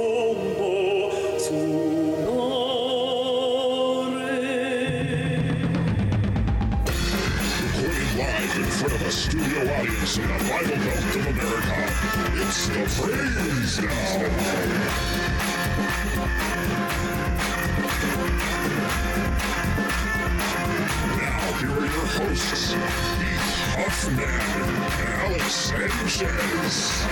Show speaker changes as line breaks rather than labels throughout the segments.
sommo sonore.
Recorded live in front of a studio audience in a Bible Belt of America, it's the Praise Now. Now, here are your hosts, Heath Huffman and Alex Sanchez.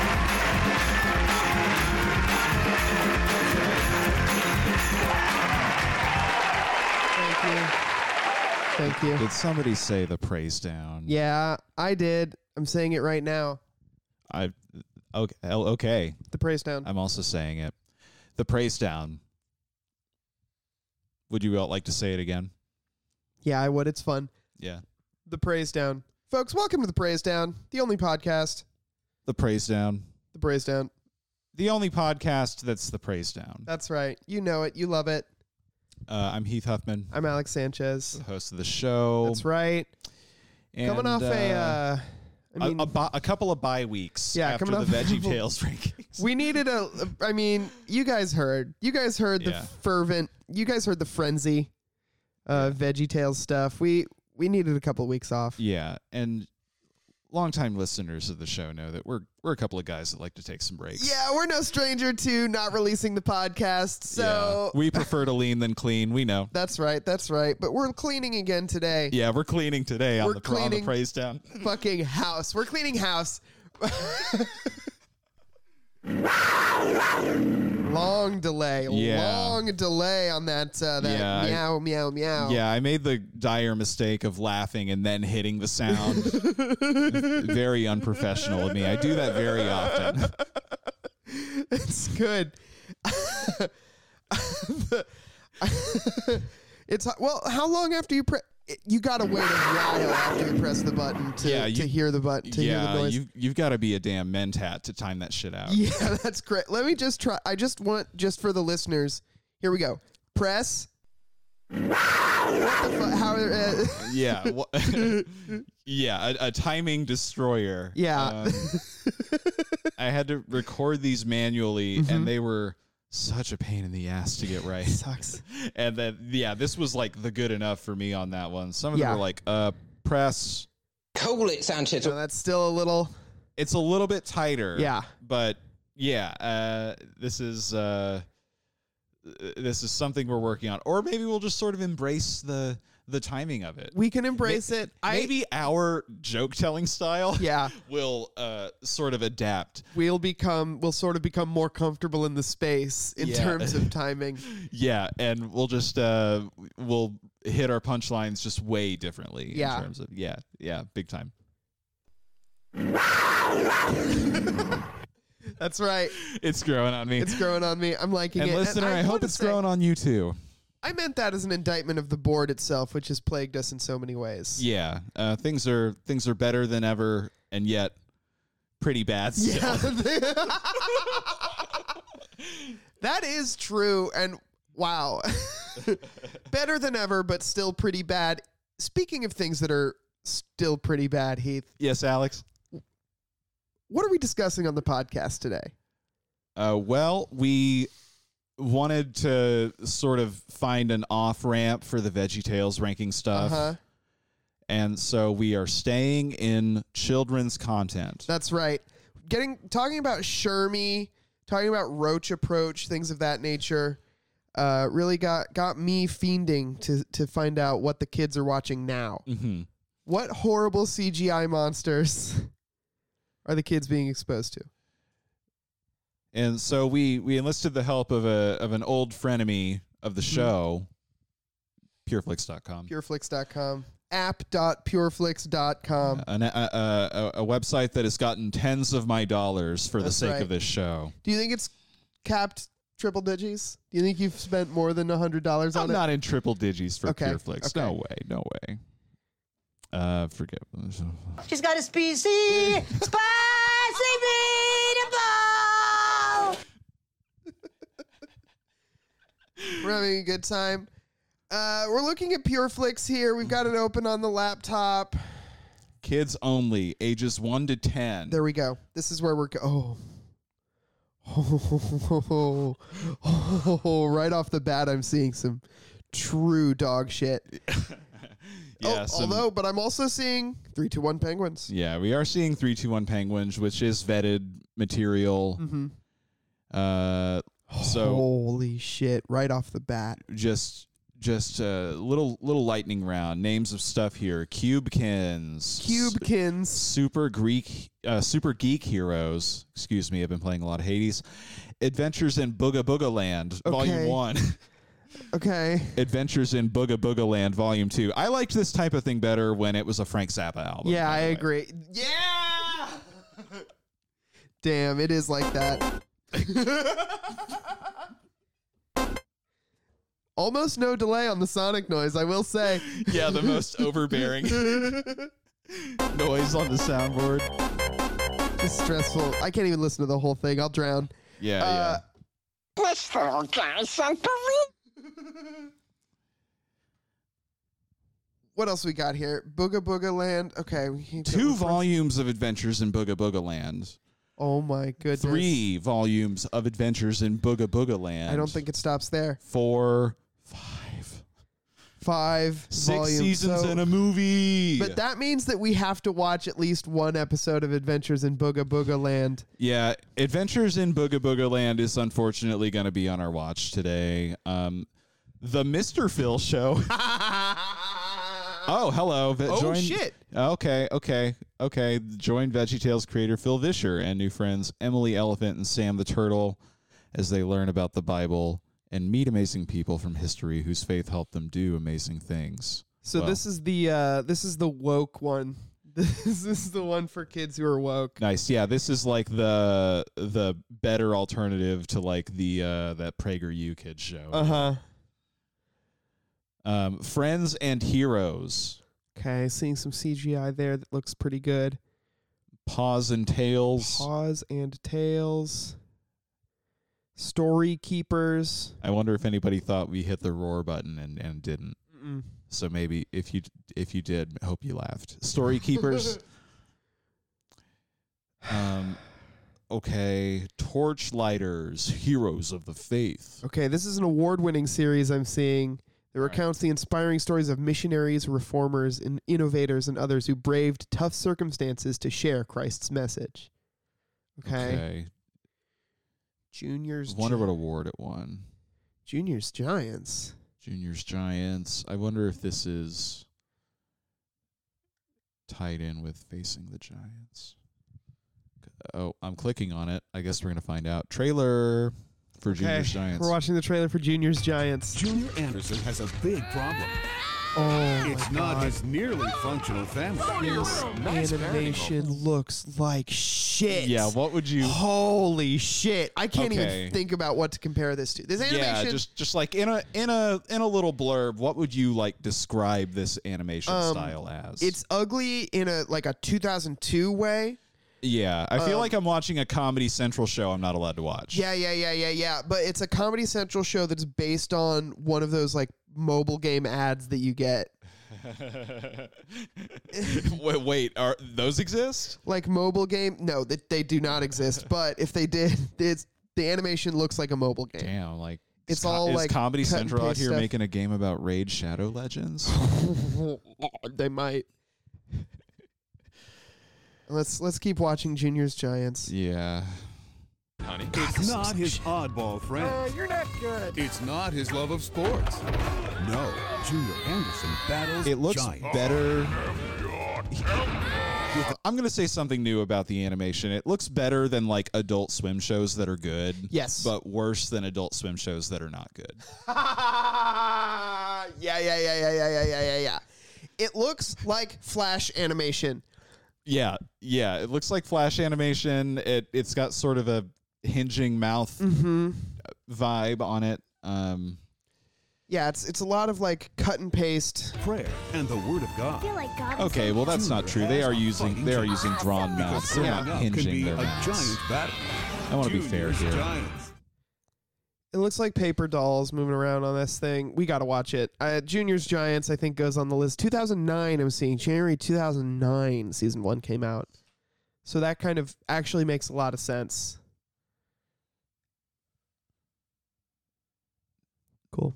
Thank you. Thank you.
Did somebody say the praise down?
Yeah, I did. I'm saying it right now.
I okay. oh, okay.
The praise down.
I'm also saying it. The praise down. Would you all like to say it again?
yeah, I would. It's fun.
Yeah.
The praise down. Folks, welcome to the praise down, the only podcast.
The praise down.
The praise down.
The only podcast that's the praise down.
That's right. You know it. You love it.
Uh, I'm Heath Huffman,
I'm Alex Sanchez.
host of the show.
That's right.
And,
Coming off a,
uh,
uh, I
a,
mean,
a bi- a couple of bye weeks.
Yeah,
after
coming
the
off-
Veggie Tales rankings.
we needed a. I mean, you guys heard. You guys heard the
Yeah.
fervent. You guys heard the frenzy, uh, Veggie Tales stuff. We we needed a couple of weeks off.
yeah, and longtime listeners of the show know that we're we're a couple of guys that like to take some breaks.
Yeah, we're no stranger to not releasing the podcast. So
Yeah. we prefer to lean than clean. We know.
that's right, that's right. But we're cleaning again today.
Yeah, we're cleaning today on
We're
the, pra- on the
cleaning.
praise down.
Fucking house. We're cleaning house. long delay.
Yeah.
Long delay on that uh, that
Yeah, I-
meow, meow, meow.
Yeah, I made the dire mistake of laughing and then hitting the sound. very unprofessional of me. I do that very often.
It's good. it's well, how long after you press you gotta wait a while after you press the button to,
Yeah, you-
to hear the button to hear
yeah,
the noise.
you've you've got to be a damn mentat to time that shit out.
Yeah, that's great. Let me just try. I just want, just for the listeners, here we go. Press. What the fuck? How are uh,
Yeah, wha- yeah, a, a timing destroyer.
Yeah.
Um, I had to record these manually,
Mm-hmm.
and they were such a pain in the ass to get right.
sucks.
and then yeah, this was like the good enough for me on that one. Some of
Yeah.
them were like, uh, press.
Cool it, Sanchez.
So that's still a little.
It's a little bit tighter.
Yeah.
but yeah, uh, this is uh, this is something we're working on, or maybe we'll just sort of embrace the the timing of it.
We can embrace it.
Maybe our joke telling style,
Yeah.
will uh, sort of adapt.
we'll become. We'll sort of become more comfortable in the space in
Yeah.
terms of timing.
Yeah, and we'll just uh, we'll hit our punchlines just way differently.
Yeah.
in terms of yeah, yeah, big time.
That's right.
It's growing on me.
It's growing on me. I'm liking
and
it.
listener, I, hope
wanna
it's
say-
growing on you too.
I meant that as an indictment of the board itself, which has plagued us in so many ways.
Yeah, uh, things are things are better than ever, and yet pretty bad still.
that is true. And wow. Better than ever, but still pretty bad. Speaking of things that are still pretty bad, Heath,
Yes, Alex.
what are we discussing on the podcast today?
Uh, well, we wanted to sort of find an off ramp for the Veggie Tales ranking stuff,
Uh-huh.
and so we are staying in children's content.
That's right. Getting talking about Shermie, talking about roach approach, things of that nature, uh, really got got me fiending to to find out what the kids are watching now.
hmm
What horrible CGI monsters are the kids being exposed to?
And so we we enlisted the help of a of an old frenemy of
Hmm.
the show, pureflix.com.
pureflix.com app.pureflix.com
an, a, a, a- a website that has gotten tens of my dollars for the
That's
sake
right.
of this show.
do you think it's capped triple digits do you think you've spent more than $100 on
I'm
it
not in triple digits for
Okay,
PureFlix. No way. No way. Uh, forget.
She's got a spicy, spicy meatball.
we're having a good time uh, we're looking at pureflix here we've got it open on the laptop
Kids only, ages one to ten.
there we go this is where we're go- oh right off the bat, I'm seeing some true dog shit. Oh,
Yeah, some-
although, but I'm also seeing three, two, one penguins.
yeah, we are seeing three, two, one penguins, which is vetted material.
Mhm.
Uh,
Oh.
so
holy shit! Right off the bat,
just just a little little lightning round names of stuff here. Cubekins,
Cubekins.
super Greek, uh, super geek heroes. Excuse me, I've been playing a lot of Hades. Adventures in Booga Booga Land, Volume
Okay.
One.
Okay,
Adventures in Booga Booga Land, Volume Two. I liked this type of thing better when it was a Frank Zappa album.
yeah,
by
I
the way.
agree. Yeah. Damn, it is like that. Almost no delay on the sonic noise, I will say.
Yeah, the most overbearing noise on the soundboard.
It's stressful. I can't even listen to the whole thing. I'll drown.
Yeah,
Uh,
This little guy's unbelievable.
What else we got here? Booga Booga Land. Okay, we can
yeah. Two volumes of Adventures in Booga Booga Land.
Oh my goodness.
Three volumes of Adventures in Booga Booga Land.
I don't think it stops there.
four, five,
Five
six
volumes.
seasons
so-
in a movie.
But that means that we have to watch at least one episode of Adventures in Booga Booga Land.
Yeah, Adventures in Booga Booga Land is unfortunately going to be on our watch today. Um, the Mr. Phil show. oh, hello. Ve-
Oh,
join-
shit.
Okay, okay, okay. Join VeggieTales creator Phil Vischer and new friends Emily Elephant and Sam the Turtle as they learn about the Bible and meet amazing people from history whose faith helped them do amazing things.
So
Well,
this is the uh, this is the woke one. This is the one for kids who are woke.
Nice. Yeah, this is like the the better alternative to like the uh that PragerU kids show.
Uh huh.
Um, Friends and Heroes,
Okay, seeing some CGI there that looks pretty good.
Paws and Tails.
Paws and tails. Story keepers.
I wonder if anybody thought we hit the roar button and, and didn't. So maybe if you if you did, I hope you laughed. Story Keepers. um, okay, Torchlighters, Heroes of the Faith.
Okay, this is an award-winning series I'm seeing that recounts the inspiring stories of missionaries, reformers, and innovators, and others who braved tough circumstances to share Christ's message. Okay, juniors.
Wonder
Gi-
what award it won.
juniors giants.
Juniors Giants. I wonder if this is tied in with facing the Giants. Oh, I'm clicking on it. I guess we're gonna find out. Trailer for Juniors Giants.
We're watching the trailer for Juniors Giants.
Junior Anderson has a big problem.
Oh,
It's not his nearly functional family.
animation looks like shit.
yeah, what would you?
Holy shit! I can't
Okay.
even think about what to compare this to. This animation.
Yeah, just just like in a in a in a little blurb, what would you like describe this animation
Um,
style as?
it's ugly in a like a 2002 way.
yeah. I feel
um,
like I'm watching a Comedy Central show. I'm not allowed to watch.
Yeah, yeah, yeah, yeah, yeah. But it's a Comedy Central show that's based on one of those like mobile game ads that you get.
wait, wait, are those exist?
Like mobile game? No, that they do not exist. But if they did, it's the animation looks like a mobile game.
Damn, like
It's
is Co-
all,
is
like,
Comedy
cut and
Central out
paste
here
stuff.
making a game about Raid Shadow Legends.
they might. Let's let's keep watching Juniors Giants.
yeah.
It's not his oddball friend. Uh, you're not good. It's not his love of sports. No, Junior Anderson battles
It looks
giants.
better.
Oh,
I'm going to say something new about the animation. It looks better than like adult swim shows that are good.
Yes.
But worse than adult swim shows that are not good.
yeah, Ah, yeah, yeah, yeah, yeah, yeah, yeah, yeah, yeah. It looks like flash animation.
Yeah. Yeah. It looks like flash animation. It, it's got sort of a hinging mouth Mm-hmm.
Mm-hmm.
vibe on it. Um,
Yeah, it's it's a lot of like cut and paste.
prayer and the word of God.
Okay, well that's not true. They are using they are using drawn mouths.
Because
They're
growing
not
up can
hinging
be
their
a
mouths.
giant battle.
I want to be fair
Junior's
here.
Giants.
It looks like paper dolls moving around on this thing. We got to watch it. Uh, Juniors Giants, I think, goes on the list. 2009, I'm seeing. January 2009, season one came out. So that kind of actually makes a lot of sense. cool.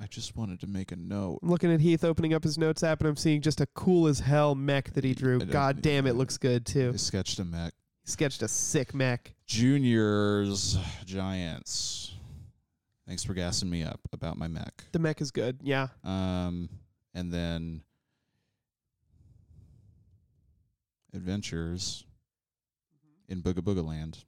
I just wanted to make a note.
I'm looking at Heath opening up his notes app, and I'm seeing just a cool as hell mech that he drew.
I don't
God
think-
damn, it looks good too.
I sketched a mech.
He sketched a sick mech.
Juniors, Giants. Thanks for gassing me up about my mech.
The mech is good. Yeah,
Um, and then Adventures in Booga Booga Land.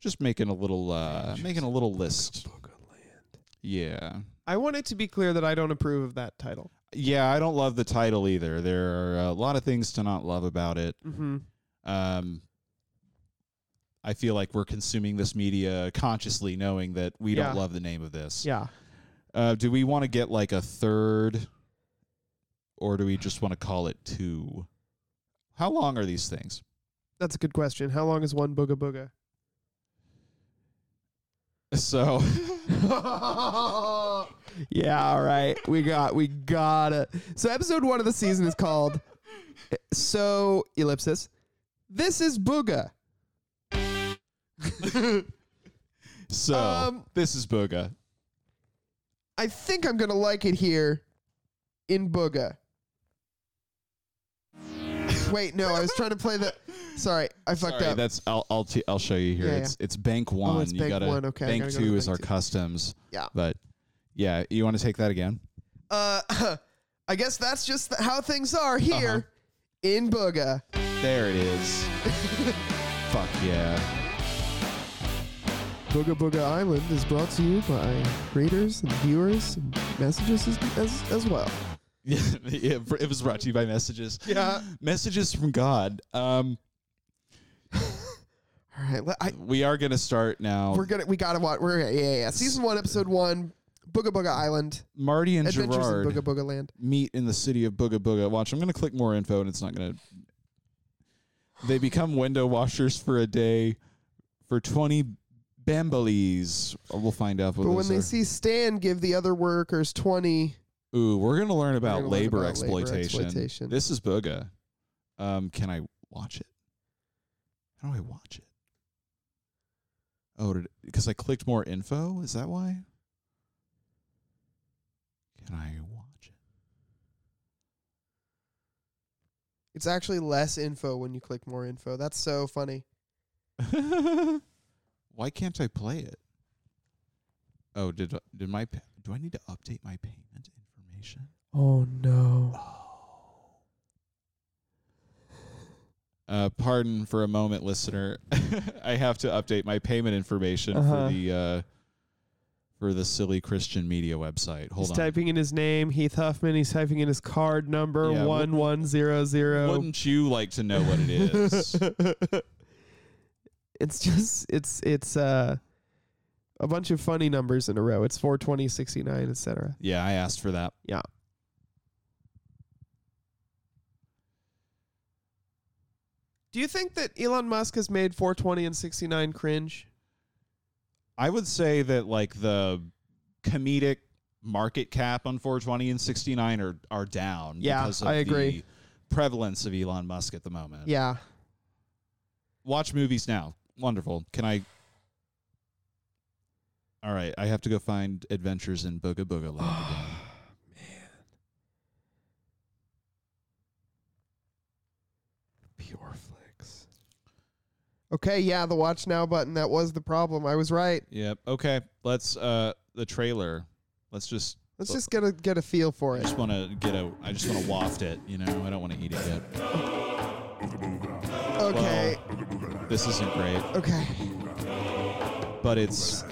Just making a little, uh, making a little list. Yeah,
I want it to be clear that I don't approve of that title.
yeah. I don't love the title either. There are a lot of things to not love about it.
Mm-hmm.
Um, I feel like we're consuming this media consciously, knowing that we
Yeah.
don't love the name of this.
Yeah,
Uh, do we want to get like a third, or do we just want to call it two? How long are these things?
that's a good question. How long is one booga booga?
So,
Yeah, all right. We got we gotta. So episode one of the season is called So Ellipsis. This is Booga.
so
Um,
this is Booga.
I think I'm gonna like it here in Booga. Wait, no, I was trying to play the sorry, I fucked
Sorry,
up.
that's I'll I'll, t- I'll show you here.
Yeah, Oh,
it's it's bank one.
it's
you
bank
gotta
one. Okay, I
bank
gotta go to
two
the
is
bank
our
two.
customs.
Yeah.
but yeah, you want to take that again?
Uh I guess that's just th- how things are here
Uh-huh.
in Booga.
There it is. Fuck yeah.
Booga Booga Island is brought to you by readers and viewers and messages as, as, as well.
Yeah, it was brought to you by messages.
Yeah.
Messages from God. Um,
All right, le- I,
we are gonna start now.
we're gonna we gotta watch. We're yeah, yeah yeah. Season one, episode one, Booga Booga Island,
Marty and
Adventures
Gerard
in Booga Booga Land.
meet in the city of Booga Booga. Watch, I'm gonna click more info, and it's not gonna. They become window washers for a day, for 20 bambolis. We'll find out. What
But
those
when they
are.
see Stan give the other workers twenty,
ooh, we're gonna learn about,
gonna learn
labor,
about labor
exploitation.
exploitation.
This is Booga. Um, can I watch it? How do I watch it? Oh, because I clicked more info. Is that why? Can I watch it?
it's actually less info when you click more info. That's so funny.
Why can't I play it? Oh, did did my pa- do I need to update my payment information?
Oh no!
Uh, pardon for a moment, listener. I have to update my payment information
Uh-huh.
for the uh, for the silly Christian media website. Hold
he's
on.
typing in his name, Heath Huffman. He's typing in his card number
Yeah,
one one zero zero.
Wouldn't you like to know what it is?
It's just it's it's uh a bunch of funny numbers in a row. It's 420, 69, etc.
yeah, I asked for that.
Yeah. Do you think that Elon Musk has made 420 and 69 cringe?
I would say that like the comedic market cap on 420 and 69 are are down.
Yeah,
because of
I agree.
The prevalence of Elon Musk at the moment.
Yeah.
watch movies now. Wonderful. Can I? All right, I have to go find Adventures in Booga Booga Land again.
Pure flicks. Okay, yeah, the watch now button. That was the problem. I was right.
Yep. Okay. Let's uh the trailer. Let's just
Let's just get a get a feel for
I
it.
just want to get a I just want to waft it, you know. I don't want to eat it yet.
Okay.
This isn't great,
Okay.
but it's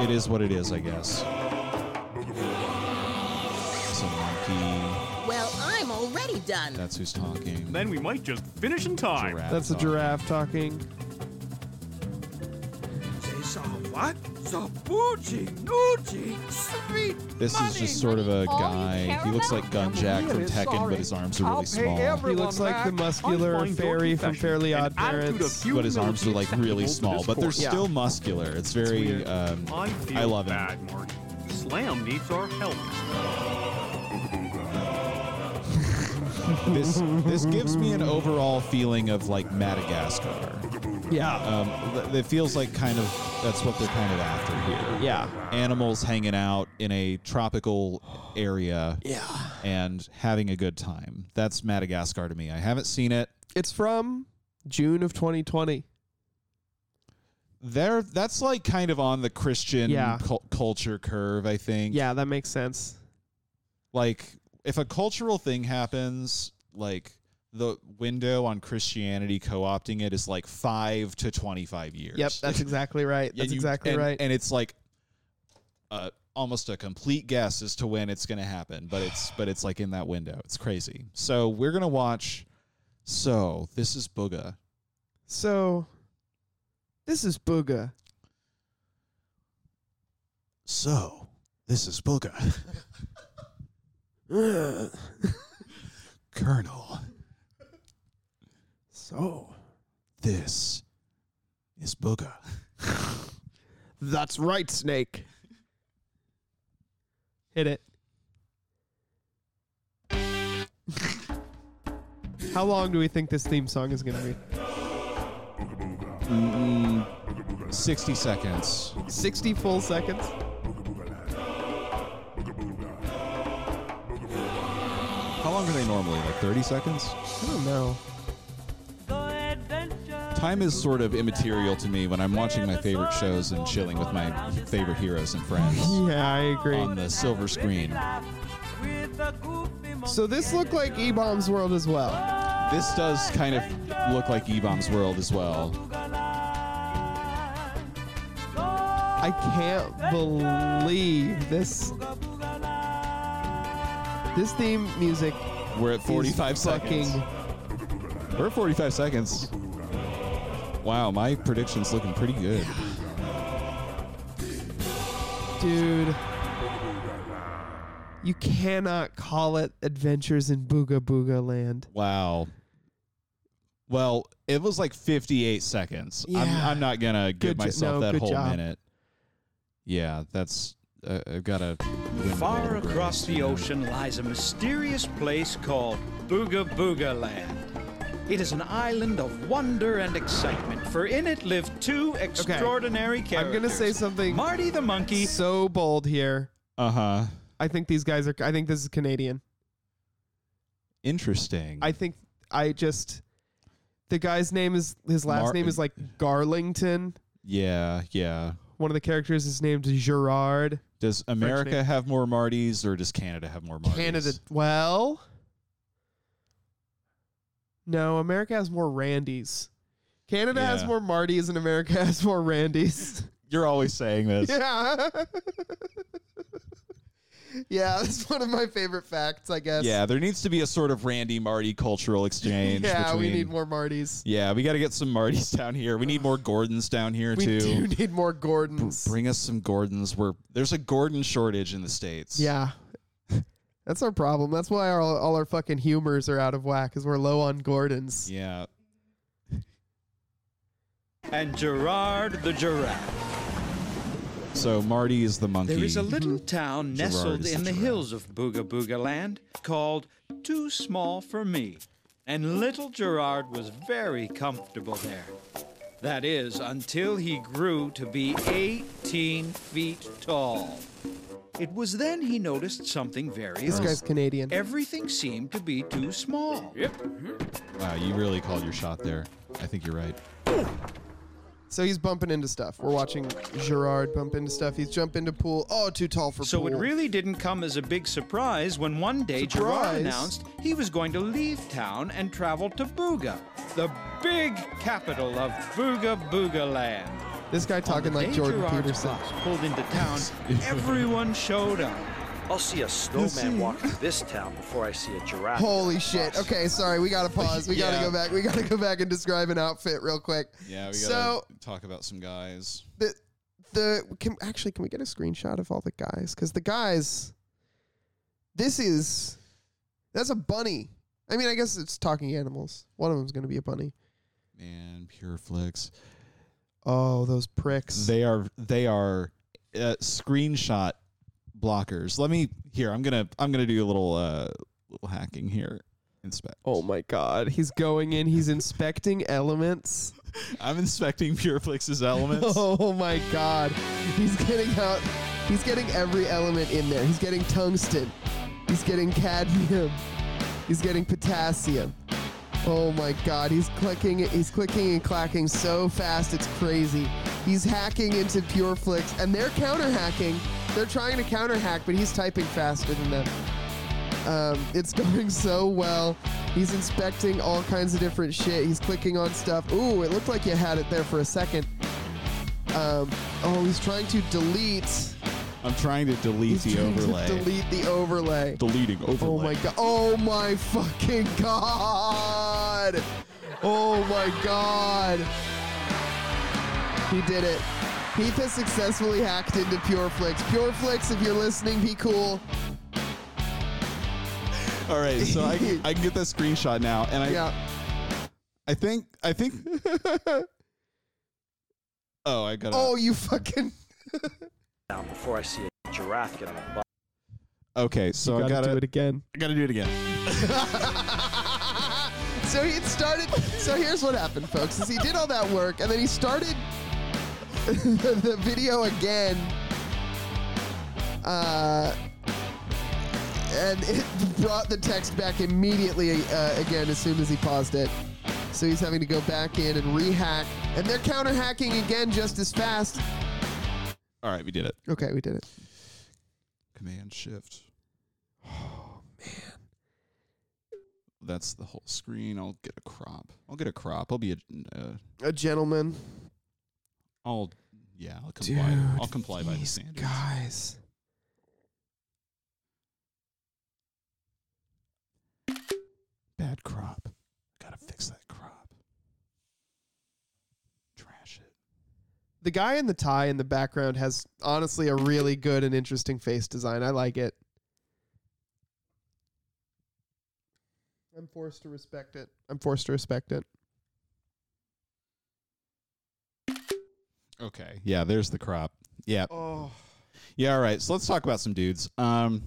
it is what it is, I guess. Some monkey.
Well, I'm already done.
That's who's talking.
Then we might just finish in time.
Giraffe
That's a
talking.
giraffe talking.
This is just sort of a guy. He looks like Gun Jack from Tekken, but his arms are really small.
He looks like the muscular fairy from Fairly Odd Parents.
but his arms are like really small. But they're
Yeah.
still muscular. It's very.
weird.
Um,
I, feel
I love him.
bad, Marty. Slam needs our help.
This this gives me an overall feeling of like Madagascar.
Yeah.
Um, th- it feels like kind of that's what they're kind of after here.
Yeah.
Animals hanging out in a tropical area
Yeah.
and having a good time. That's Madagascar to me. I haven't seen it.
It's from June of 2020.
There, that's like kind of on the Christian
Yeah.
cul- culture curve, I think.
Yeah, that makes sense.
like if a cultural thing happens like the window on christianity co-opting it is like 5 to 25 years
Yep, that's exactly right.
And
That's
you-
exactly
and-
right.
and it's like uh, almost a complete guess as to when it's going to happen but it's but it's like in that window it's crazy so we're going to watch so this is booga
So, this is Booga.
so this is booga colonel
So,
this is booga
that's right, Snake. Hit it. How long do we think this theme song is going to be?
60 Mm-hmm. seconds
60 full seconds?
How long are they normally? Like 30 seconds?
I don't know.
Time is sort of immaterial to me when I'm watching my favorite shows and chilling with my favorite heroes and friends
Yeah, I agree.
on the silver screen.
So, this looked like E Bomb's World as well.
This does kind of look like E Bomb's World as well.
I can't believe this. This theme music
We're at 45
is fucking.
seconds. We're at 45 seconds. Wow, my prediction's looking pretty good.
Dude. You cannot call it Adventures in Booga Booga Land.
Wow. Well, it was like 58 seconds. I'm,
Yeah.
I'm not going to give
Good jo-
myself
no,
that
good
whole
job.
minute. Yeah, that's. Uh, I've got to.
Far across the ocean lies a mysterious place called Booga Booga Land. It is an island of wonder and excitement, for in it live two extraordinary
I'm
characters.
gonna say something-
Marty the monkey.
So bold here.
Uh huh.
I think these guys are. I think this is Canadian.
Interesting.
I think I just. The guy's name is. His last
Mar-
name is like Garlington.
yeah, yeah.
One of the characters is named Gerard.
Does America
name.
have more Martys or does Canada have more Martys?
Canada. Well. No, America has more Randys. Canada has
Yeah.
more Martys and America has more Randys.
You're always saying this.
Yeah. yeah, that's one of my favorite facts, I guess.
Yeah, there needs to be a sort of Randy Marty cultural exchange.
Yeah, we
between-
need more Martys.
Yeah, we got to get some Martys down here. We need more Gordons down here
We
too.
do need more Gordons.
Bring us some Gordons. We're there's a Gordon shortage in the states.
yeah. That's our problem. That's why our, all our fucking humors are out of whack, because we're low on Gordons.
yeah.
and Gerard the giraffe.
So Marty is the monkey. hmm,
There is a little town
Gerard
nestled
is the
in the
giraffe.
hills of Booga Booga Land called Too Small for Me. And little Gerard was very comfortable there. That is, until he grew to be 18 feet tall. It was then he noticed something very
This
odd.
guy's Canadian.
Everything seemed to be too small.
wow. You really called your shot there. I think you're right.
So he's bumping into stuff. We're watching Gerard bump into stuff. He's jump into pool. Oh, too tall for
So
pool.
it really didn't come as a big surprise when one day Gerard
Surprise?
announced he was going to leave town and travel to Booga, the big capital of Booga Booga Land.
This guy talking
the
like
day
Jordan
Gerard's
Peterson.
bus pulled into town, everyone showed up.
I'll see a snowman walk through this town before I see a giraffe.
Holy shit. Okay, sorry. We got to pause. We got
Yeah.
to go back. We got to go back and describe an outfit real quick.
Yeah. We gotta
so
talk about some guys.
the the can actually can we get a screenshot of all the guys cuz the guys this is that's a bunny. I mean, I guess it's talking animals. One of them's going to be a bunny.
Man, pure flicks.
Oh, those pricks.
They are they are uh, screenshot blockers. Let me here. I'm gonna I'm gonna do a little uh, little hacking here. Inspect.
Oh my god. He's going in, he's inspecting elements.
I'm inspecting Pureflix's elements.
Oh my god. He's getting out he's getting every element in there. He's getting tungsten. He's getting cadmium. He's getting potassium. Oh my god, he's clicking he's clicking and clacking so fast it's crazy. He's hacking into Pureflix and they're counter hacking. They're trying to counter hack, but he's typing faster than them. Um, it's going so well. He's inspecting all kinds of different shit. He's clicking on stuff. Ooh, it looked like you had it there for a second. Um, oh, he's trying to delete.
I'm trying to delete
He's
the
trying to
overlay.
delete the overlay.
Deleting overlay.
Oh my god. Oh my fucking god. Oh my god. He did it. Heath has successfully hacked into PureFlix. PureFlix, if you're listening, be cool.
All right, so I, can- I can get that screenshot now, and I
Yeah.
I think I think. oh, I got.
Oh,
Oh,
you fucking.
down before I see a giraffe get on a bus.
okay. So I gotta.
do it again.
I gotta do it again.
So he started. So here's what happened, folks: is he did all that work, and then he started the, the video again. Uh, and it brought the text back immediately uh, again as soon as he paused it. So he's having to go back in and rehack, and they're counter hacking again just as fast.
All right, we did it.
Okay, we did it.
Command Shift. Oh man, that's the whole screen. I'll get a crop. I'll get a crop. I'll be a. Uh,
A gentleman.
I'll. Yeah, I'll comply. I'll comply by the
these
standards.
Guys.
Bad crop. Gotta fix that crop. Trash it.
the guy in the tie in the background has honestly a really good and interesting face design. I like it. I'm forced to respect it. I'm forced to respect it.
Okay. Yeah, there's the crop. Yeah.
Oh,
Yeah, all right. So let's talk about some dudes. Um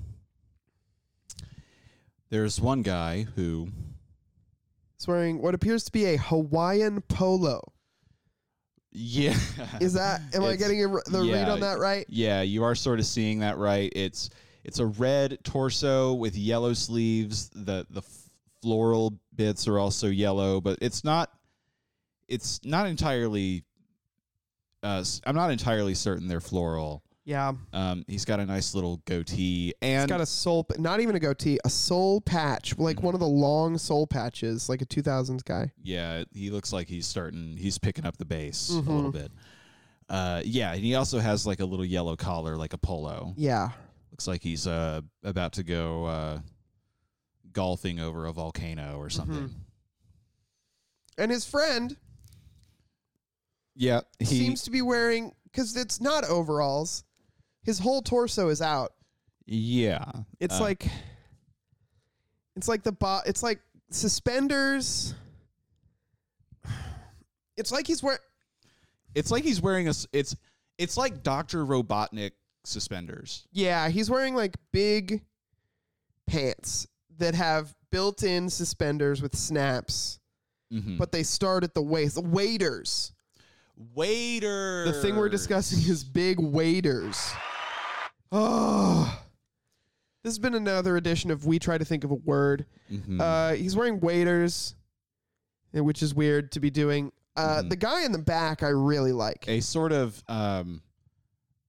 There's one guy who
he's wearing what appears to be a Hawaiian polo.
Yeah.
Is that? Am I
It's-
getting a r the read
yeah,
on that right?
Yeah, you are sort of seeing that right. It's it's a red torso with yellow sleeves. The the f- floral bits are also yellow, but it's not it's not entirely uh s- I'm not entirely certain they're floral.
Yeah,
Um he's got a nice little goatee and
it's got a soul, p- not even a goatee, a soul patch, like one of the long soul patches, like a 2000s guy.
Yeah, he looks like he's starting. He's picking up the bass a
Mm-hmm.
little bit. Uh, yeah, and he also has like a little yellow collar, like a polo.
Yeah,
Looks like he's uh about to go uh golfing over a volcano or something.
and his friend
Yeah, he
seems to be wearing because it's not overalls. His whole torso is out.
yeah.
It's
Uh,
like it's like the bo- it's like suspenders. It's like he's wearing
it's like he's wearing a. s- It's it's like Doctor Robotnik suspenders.
yeah, he's wearing like big pants that have built-in suspenders with snaps,
Mhm.
but they start at the waist. Waiters.
waiter,
The thing we're discussing is big waiters. Oh. This has been another edition of We Try to Think of a Word.
Mhm.
Uh, he's wearing waiters, eh, which is weird to be doing. Uh, The guy in the back, I really like.
a sort of um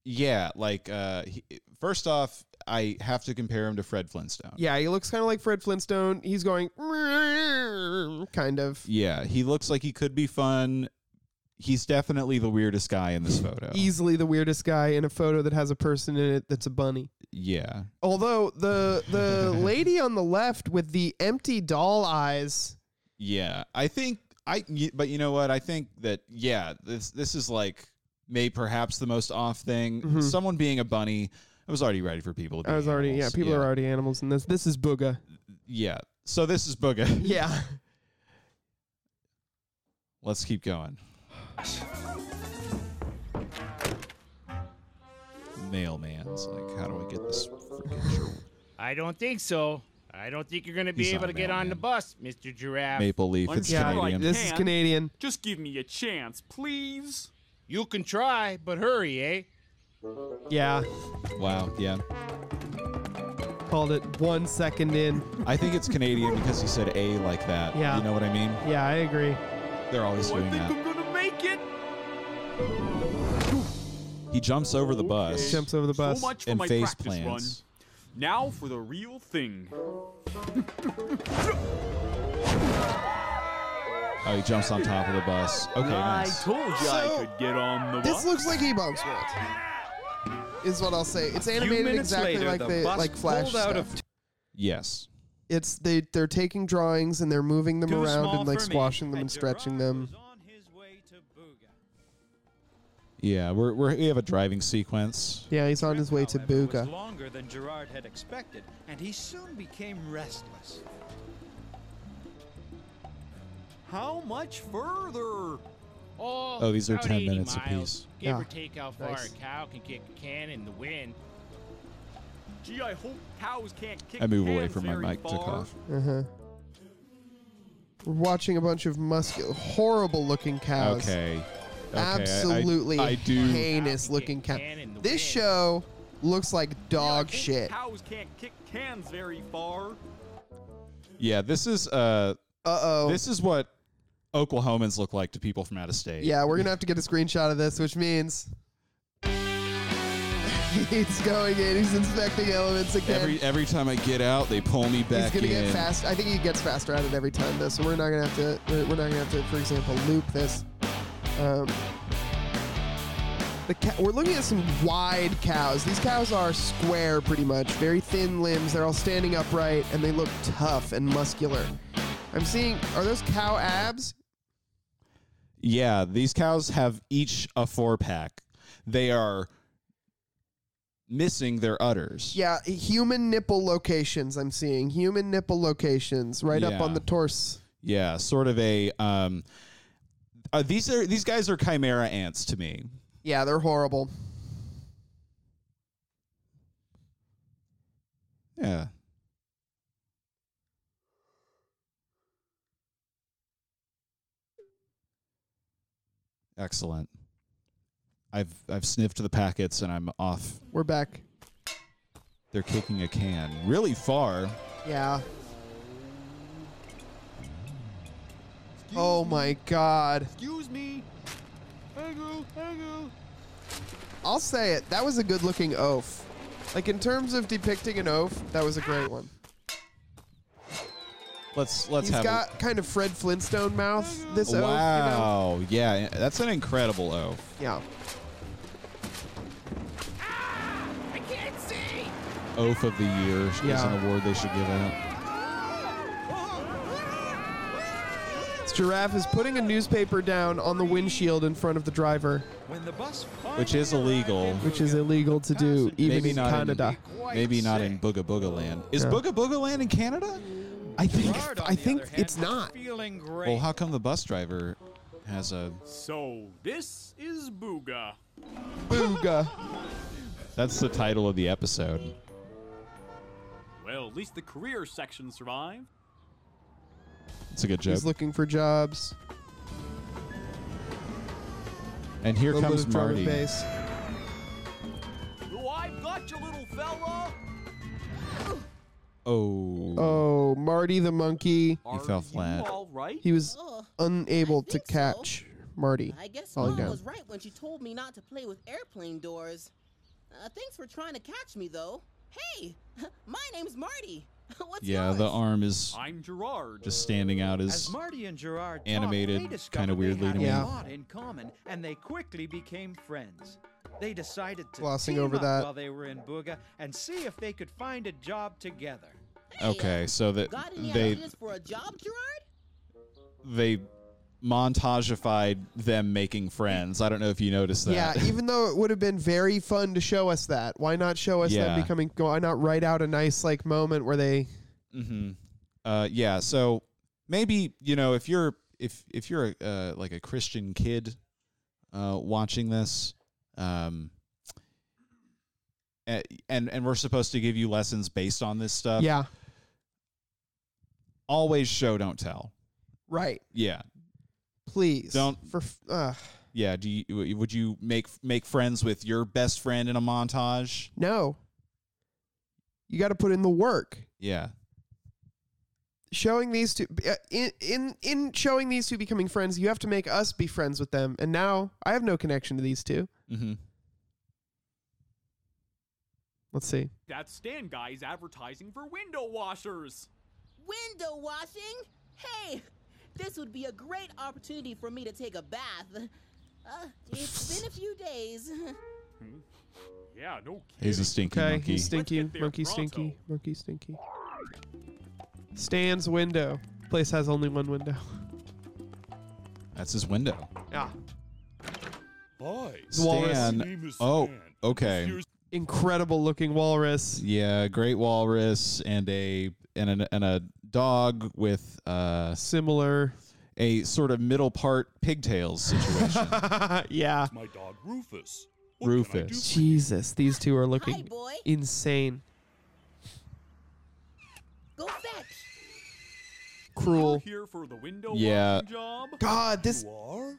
yeah like uh he, first off i have to compare him to fred flintstone
Yeah, he looks kind of like Fred Flintstone. He's going kind of.
yeah he looks like he could be fun he's definitely the weirdest guy in this photo
Easily the weirdest guy in a photo that has a person in it that's a bunny.
yeah
Although the the lady on the left with the empty doll eyes,
yeah i think i y- but you know what i think that yeah this this is like may perhaps the most off thing someone being a bunny i was already ready for people to be
I Mm-hmm. was already
animals.
yeah, people are already animals in this. This is Booga.
yeah so this is booga
Yeah,
let's keep going mailman's like how do i get this freaking
I don't think so.
I don't think you're going to be
He's
able
not
to get on the bus, Mr. Giraffe.
Maple Leaf. It's
Yeah,
Canadian.
this is
Canadian.
Just give me a chance, please. You can try, but hurry, eh?
Yeah,
Wow. Yeah.
called it one second in.
I think it's Canadian because he said A like that.
Yeah.
You know what I mean?
Yeah, I agree.
They're always doing that.
gonna make it.
He jumps over the bus.
Jumps over the
So much for
and
my
face
practice
plants.
run. Now for the real thing.
Oh, he jumps on top of the bus. Okay, nice.
I told you
So,
I could get on the
This
bus.
looks like E-Bomb's World. Is what I'll say. It's
few
animated
minutes
exactly
later,
like
the
they
bus
like Flash
pulled out
stuff.
of-
Yes.
it's they they're taking drawings and they're moving them
Too
around
small
and like
for me.
squashing them and stretching them.
Yeah, we're, we're we have a driving sequence.
Yeah, he's on his way to
was
Booga.
longer than Gerard had expected, and he soon became restless.
How much further?
Oh,
Oh, these are
about
10
80
minutes
miles,
apiece.
Give
Yeah.
or take how far
Nice.
a cow can kick a can in the wind.
Gee, I hope cows can't kick.
I move away
cans
from my
very
mic. Took
far.
off.
Uh huh. We're watching a bunch of muscular, horrible-looking cows.
Okay. Okay, I- I-
Absolutely
I, do.
heinous-looking cows.
Can in the
This
wind.
show looks like dog
Hope
shit.
Cows can't kick cans very far.
Yeah, this is uh,
Uh oh.
this is what Oklahomans look like to people from out of state.
Yeah, we're gonna have to get a screenshot of this, which means he's going in. He's inspecting elements again.
Every every time I get out, they pull me
he's
back
gonna
in.
get fast. I think he gets faster at it every time, though. So we're not gonna have to. We're we're not gonna have to, for example, loop this. Um, the ca- we're looking at some wide cows. These cows are square, pretty much, very thin limbs. They're all standing upright, and they look tough and muscular. I'm seeing. Are those cow abs?
Yeah, these cows have each a four pack. They are missing their udders.
Yeah, human nipple locations. I'm seeing human nipple locations right up
Yeah.
on the torso.
Yeah, sort of a um uh, these are these guys are chimera ants to me.
Yeah, they're horrible.
Yeah. Excellent. I've I've sniffed the packets and I'm off.
We're back.
They're kicking a can really far.
Yeah. Oh my god.
Excuse me. Angle, angle.
I'll say it. That was a good looking oaf. Like in terms of depicting an oaf, that was a great one.
Let's let's
He's
have
got kind of Fred Flintstone mouth, this
a,
oaf.
wow. Yeah, eh, that's an incredible oaf.
You know? Yeah.
I can't see.
Oaf of the year is
Yeah.
an award they should give out.
This giraffe is putting a newspaper down on the windshield in front of the driver,
When the bus finally
Which is
arrived
illegal.
in
which is
Buga,
illegal to do even
Maybe
in
not in-
Canada.
quite
Maybe not in
sick.
Booga Booga Land. Is
Yeah.
Booga Booga Land in Canada? I think
Gerard, on
I
the
think
other hand,
it's
was
not.
Feeling great.
Well, how come the bus driver has a
So this is Booga.
Booga.
That's the title of the episode.
Well, at least the career section survived.
It's a good joke.
He's looking for jobs.
and here
Little bit
comes
of drum
Marty.
and bass.
Oh, I've got you, little fella.
Oh.
Oh, Marty the monkey.
Are
fell
you
flat.
all right?
He was
Ugh.
unable
I
to
think so.
catch Marty.
I guess
Falling
Mom
down.
was right when she told me not to play with airplane doors. Uh, thanks for trying to catch me, though. Hey, my name's Marty. What's
Yeah,
yours?
the arm is
I'm Gerard.
just standing out as
As Marty and Gerard talked,
animated,
they
kinda
discovered
weirdly
they had
to
a
me. Yeah.
lot in common, and they quickly became friends. They decided to
Glossing
team
over
up
that.
while they were in Booga and see if they could find a job together.
Hey, uh,
okay. So that
Got any
they
ideas for a job, Gerard?
they montagified them making friends. I don't know if you noticed that.
Yeah, even though it would have been very fun to show us that, why not show us
Yeah.
them becoming? Why not write out a nice like moment where they?
Mm-hmm. Uh, yeah. So maybe you know if you're if if you're a, uh, like a Christian kid uh, watching this, um, a- and and we're supposed to give you lessons based on this stuff.
yeah,
always show don't tell.
Right.
Yeah.
Please.
Don't
for uh,
Yeah, do you would you make make friends with your best friend in a montage?
no. You got to put in the work.
Yeah.
Showing these two uh, in in in showing these two becoming friends, you have to make us be friends with them. And now I have no connection to these two.
Mhm.
Let's see.
That stand guy is advertising for window washers.
Window washing? Hey, this would be a great opportunity for me to take a bath. Uh, it's been a few days.
Yeah, no
He's a stinky
okay,
monkey.
He's stinky,
Let's get there
monkey,
pronto.
stinky, monkey, stinky. Stan's window. Place has only one window.
That's his window.
Yeah.
Boy,
Stan. Oh, okay.
Incredible looking walrus.
Yeah, great walrus and a and a, and a dog with uh
Similar.
a sort of middle part pigtails situation.
yeah.
my dog Rufus.
Rufus.
Jesus, these two are looking
boy.
insane.
Go fetch.
Cruel.
Here for the window
Yeah.
washing job.
God, this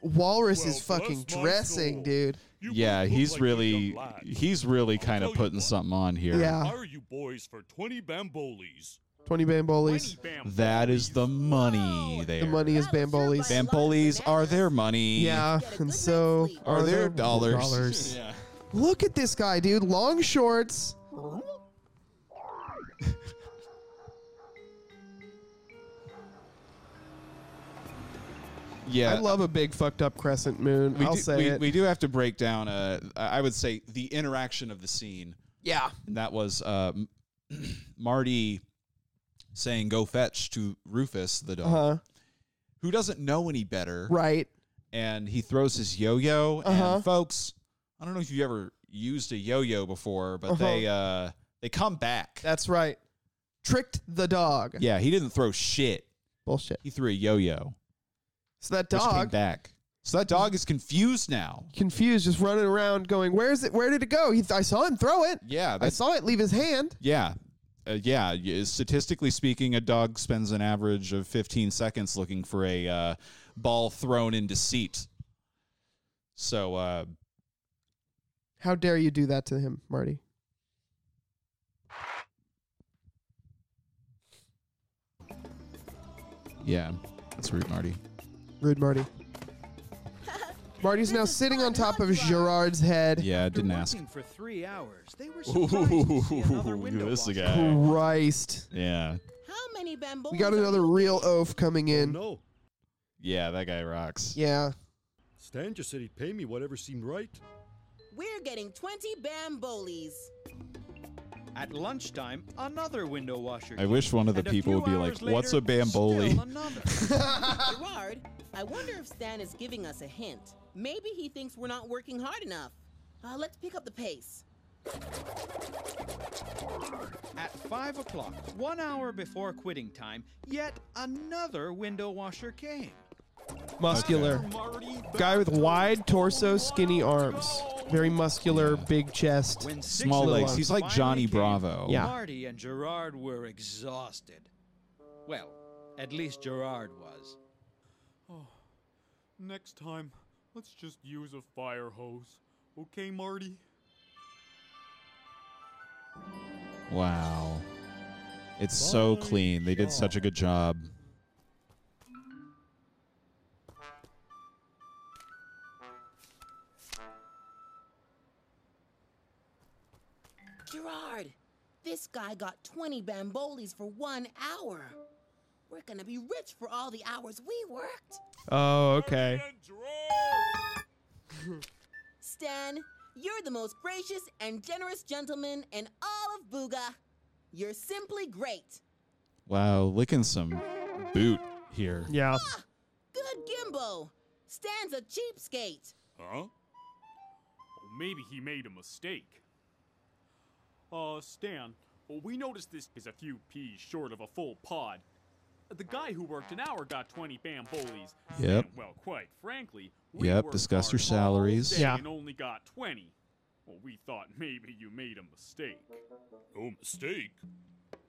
walrus is fucking dressing, dude.
Yeah, he's really he's really kind of putting something on here.
Yeah.
Hire you boys for 20 bambolis.
20 bambolis.
That is the money there.
The money is bambolis.
Bambolis are their money.
Yeah, and so
Are their dollars.
dollars.
yeah.
Look at this guy, dude. Long shorts.
Yeah.
I love a big fucked up crescent moon.
we
I'll
do,
say
we,
it.
we do have to break down uh I would say the interaction of the scene.
yeah.
And that was uh, Marty saying go fetch to Rufus the dog.
Uh huh.
Who doesn't know any better.
Right.
and he throws his yo-yo
Uh-huh.
and folks i don't know if you ever used a yo-yo before but
Uh-huh.
they uh they come back
That's right. Tricked the dog.
yeah he didn't throw shit
Bullshit.
he threw a yo-yo
So that
which came
dog
back so that dog is confused now
confused, just running around, going, "Where is it? Where did it go? He, I saw him throw it.
yeah
I
that's
saw it leave his hand."
yeah uh, yeah, y- statistically speaking, a dog spends an average of 15 seconds looking for a uh, ball thrown into seat. So, uh,
How dare you do that to him, Marty?
yeah, that's rude, Marty.
Rude, Marty. Marty's now sitting on top of Gerard's head.
Yeah, didn't
After
ask.
working for three hours, they were surprised to see another
Ooh,
window
this
washer.
guy.
Christ.
Yeah.
How many bambolis?
We got
are
another
you-
real oaf coming in.
Oh,
No,
Yeah, that guy rocks.
Yeah.
Stan just said he'd pay me whatever seemed right.
We're getting 20 bambolis.
At lunchtime, another window washer.
I wish one of the
And a
people
few
would be like,
hours later,
"What's a bamboli?"
still another.
Gerard, I wonder if Stan is giving us a hint. Maybe he thinks we're not working hard enough. Uh, let's pick up the pace.
At 5 o'clock, one hour before quitting time, yet another window washer came.
Muscular.
Marty,
Guy with wide torso, skinny arms. Very muscular, big chest.
When six
Small
o'clock
legs. He's like
finally
Johnny
came,
Bravo.
Yeah.
Marty and Gerard were exhausted. Well, at least Gerard was.
Next time, let's just use a fire hose. Okay, Marty?
Wow. It's so clean. They did such a good job.
Gerard, this guy got 20 bambolis for one hour. We're gonna be rich for all the hours we worked.
Oh, okay.
Stan, you're the most gracious and generous gentleman in all of Booga. You're simply great.
Wow, licking some boot here.
Yeah.
Good Gimbo. Stan's a cheapskate.
Huh?
Well, maybe he made a mistake. Uh, Stan, we noticed this is a few peas short of a full pod. The guy who worked an hour got 20 bambolis.
Yep.
And, well, quite frankly, we
Yep,
worked
discuss your
hard all
salaries.
day
Yeah.
And only got 20. Well, we thought maybe you made a mistake.
No mistake.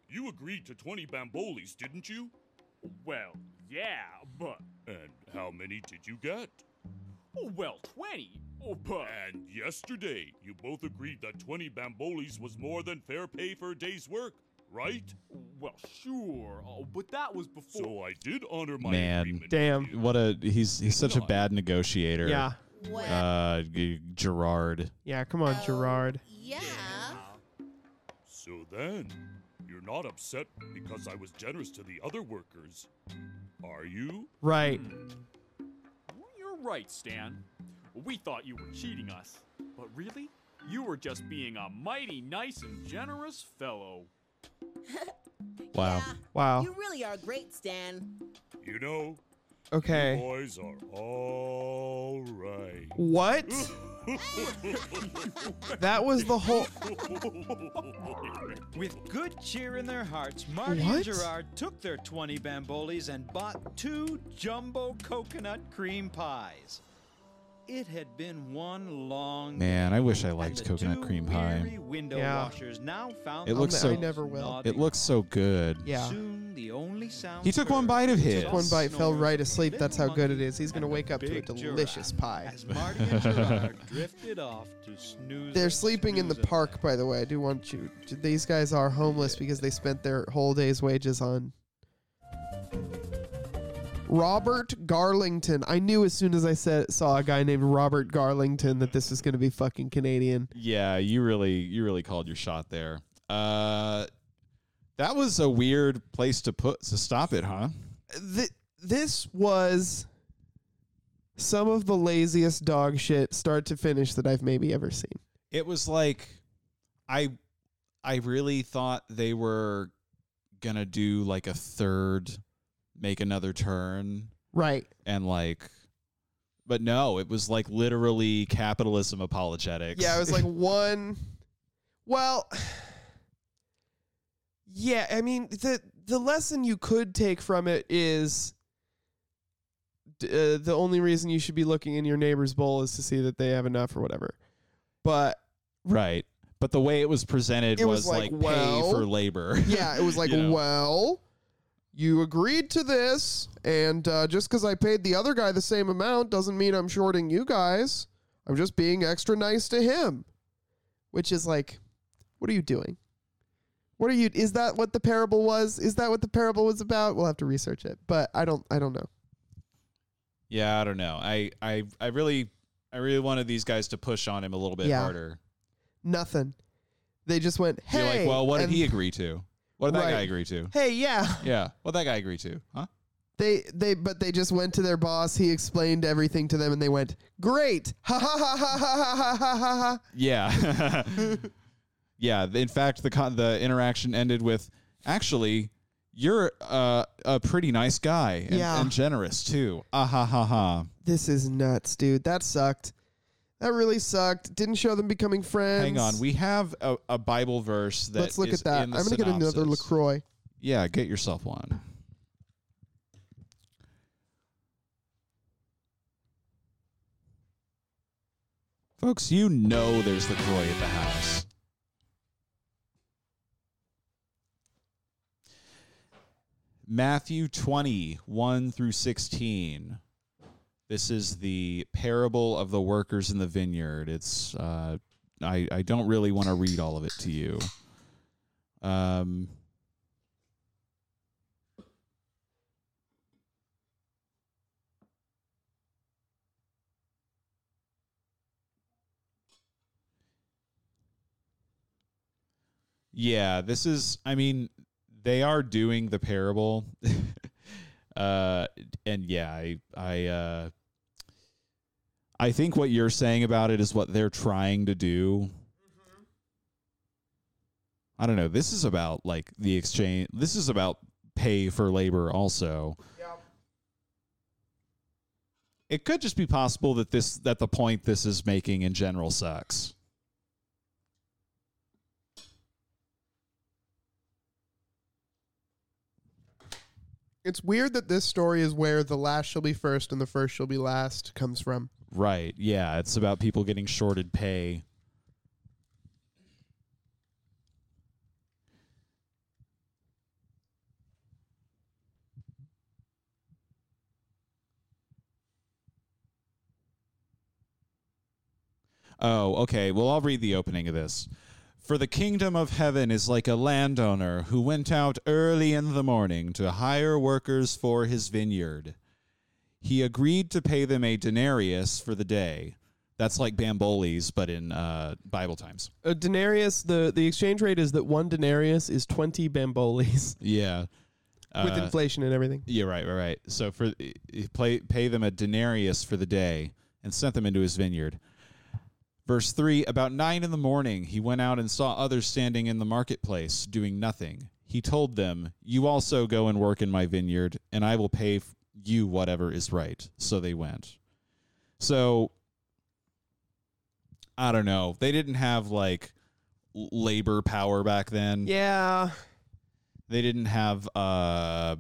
You agreed to 20 bambolis, didn't you?
Well, yeah, but.
And how many did you get?
Oh, well, 20. Oh, but.
And yesterday, you both agreed that 20 bambolis was more than fair pay for a day's work, right?
Well, sure, oh, but that was before.
So I did honor my
Man, damn! What a he's he's such a bad negotiator.
Yeah.
Uh, G- Gerard.
Yeah, come on, Gerard.
Yeah.
So then, you're not upset because I was generous to the other workers, are you?
Right.
You're right, Stan. We thought you were cheating us, but really? You were just being a mighty nice and generous fellow.
Wow.
Wow.
You really are great, Stan.
You know,
Okay.
you boys are all right.
What? that was the whole.
With good cheer in their hearts, Marty
What?
and Gerard took their 20 bambolis and bought two jumbo coconut cream pies. It had been one long
Man, I wish I
the
liked coconut
two
cream pie.
weary window
Yeah.
washers now found
It looks so.
themselves nodding.
It looks so good.
Yeah.
Soon the only sound
He took one bite of his.
Took one bite, fell right asleep. That's how good it is. He's gonna wake up to a delicious pie.
as Marty and Gerard drifted off to snooze.
They're
and
sleeping in the
snooze
park, by the way. I do want you. These guys are homeless because they spent their whole day's wages on. Robert Garlington. I knew as soon as I said saw a guy named Robert Garlington that this was going to be fucking Canadian.
Yeah, you really you really called your shot there. Uh, that was a weird place to put to stop it, huh?
Th- this was some of the laziest dog shit, start to finish, that I've maybe ever seen.
It was like I I really thought they were gonna do like a third make another turn
Right.
and like but no, it was like literally capitalism apologetics.
Yeah, it was like one. Well, yeah, I mean the the lesson you could take from it is d- uh, the only reason you should be looking in your neighbor's bowl is to see that they have enough or whatever. But
right. But the way it was presented
It was
was,
like,
like,
well,
pay for labor.
yeah, it was like,
You know?
well, you agreed to this, and uh, just because I paid the other guy the same amount doesn't mean I'm shorting you guys. I'm just being extra nice to him, which is like, what are you doing? What are you? Is that what the parable was? Is that what the parable was about? We'll have to research it, but I don't. I don't know.
Yeah, I don't know. I I I really I really wanted these guys to push on him a little bit
Yeah.
harder.
Nothing. They just went.
Be
Hey.
like, well, what did
and-
he agree to? What did
Right.
that guy agree to?
Hey, yeah.
Yeah, what that guy agree to? Huh?
They they but they just went to their boss. He explained everything to them, and they went, "Great! Ha ha ha ha ha ha ha ha ha."
Yeah. yeah. th- In fact, the con- the interaction ended with actually, you're uh, a pretty nice guy and,
Yeah.
and generous too. Ah ha ha ha.
This is nuts, dude. That sucked. That really sucked. Didn't show them becoming friends.
Hang on, we have a, a Bible verse that
Let's look
is
at that. I'm
in the
gonna get another
synopsis.
Lacroix.
Yeah, get yourself one. Folks, you know there's LaCroix at the house. Matthew 20, 1 through 16. This is the parable of the workers in the vineyard. It's, uh, I, I don't really want to read all of it to you. Um, Yeah, this is I mean, they are doing the parable. uh and yeah, I I uh I think what you're saying about it is what they're trying to do. I don't know. This is about like the exchange. This is about pay for labor also. It could just be possible that this that the point this is making in general sucks.
It's weird that this story is where the last shall be first and the first shall be last comes from.
Right. Yeah. It's about people getting shorted pay. Oh, okay. Well, I'll read the opening of this. For the kingdom of heaven is like a landowner who went out early in the morning to hire workers for his vineyard. He agreed to pay them a denarius for the day. That's like bambolis, but in uh, Bible times.
A denarius. The the exchange rate is that one denarius is twenty bambolis
Yeah.
with
Uh,
inflation and everything.
Yeah, right, right, right. So for eh, eh, play, pay them a denarius for the day and sent them into his vineyard. Verse three: About nine in the morning, he went out and saw others standing in the marketplace doing nothing. He told them, "You also go and work in my vineyard, and I will pay f- you whatever is right." So they went. So I don't know. They didn't have like l- labor power back then.
Yeah.
They didn't have uh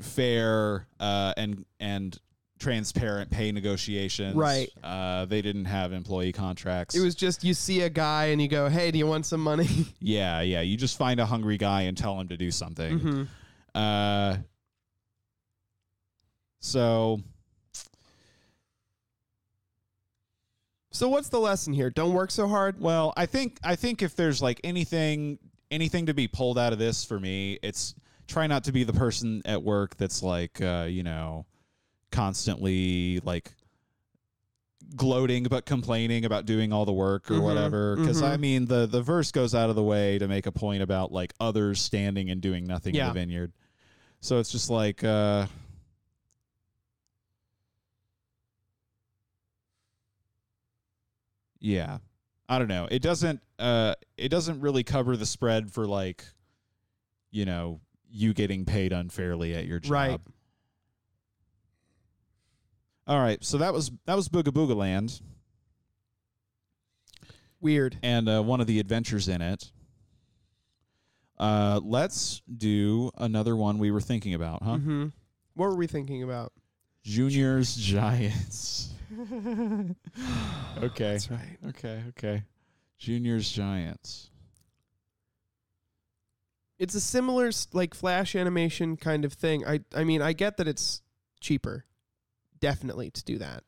fair uh and and transparent pay negotiations.
Right.
Uh they didn't have employee contracts.
It was just you see a guy and you go, "Hey, do you want some money?"
yeah, yeah, you just find a hungry guy and tell him to do something.
Mhm.
Uh so
So what's the lesson here? Don't work so hard.
Well, I think I think if there's like anything anything to be pulled out of this for me, it's try not to be the person at work that's like uh, you know, constantly like gloating but complaining about doing all the work or
Mm-hmm.
Mhm,
whatever because
mhm.
i mean the the verse goes out of the way to make a point about like others standing and doing nothing in
Yeah.
the vineyard so it's just like uh yeah i don't know it doesn't uh it doesn't really cover the spread for like you know you getting paid unfairly at your job
Right.
all right so that was that was booga booga land
weird
and uh, one of the adventures in it uh let's do another one we were thinking about huh
Mm-hmm. What were we thinking about?
juniors giants okay
That's right.
okay okay juniors giants
It's a similar s- like flash animation kind of thing. I I mean, I get that it's cheaper, definitely to do that.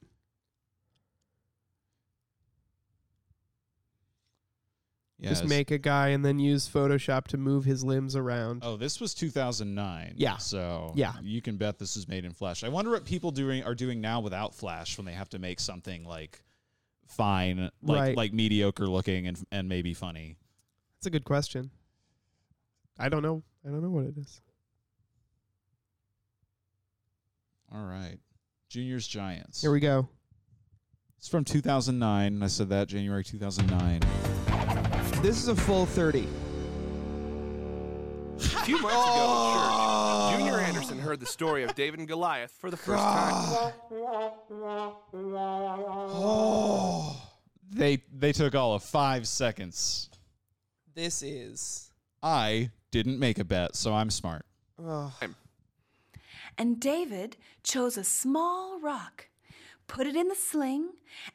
yeah,
Just
it's-
make a guy and then use Photoshop to move his limbs around.
Oh, this was 2009.
Yeah.
So
Yeah.
you can bet this is made in Flash. I wonder what people doing are doing now without Flash when they have to make something like fine, like
Right.
like mediocre looking and and maybe funny.
That's a good question. I don't know. I don't know what it is.
All right, Juniors Giants.
Here we go.
It's from 2009. I said that January 2009.
This is a full 30.
A few months ago at church, Junior Anderson heard the story of David and Goliath for the first time.
Oh. They they took all of five seconds.
This is.
I didn't make a bet, so I'm smart.
And David chose a small rock, put it in the sling,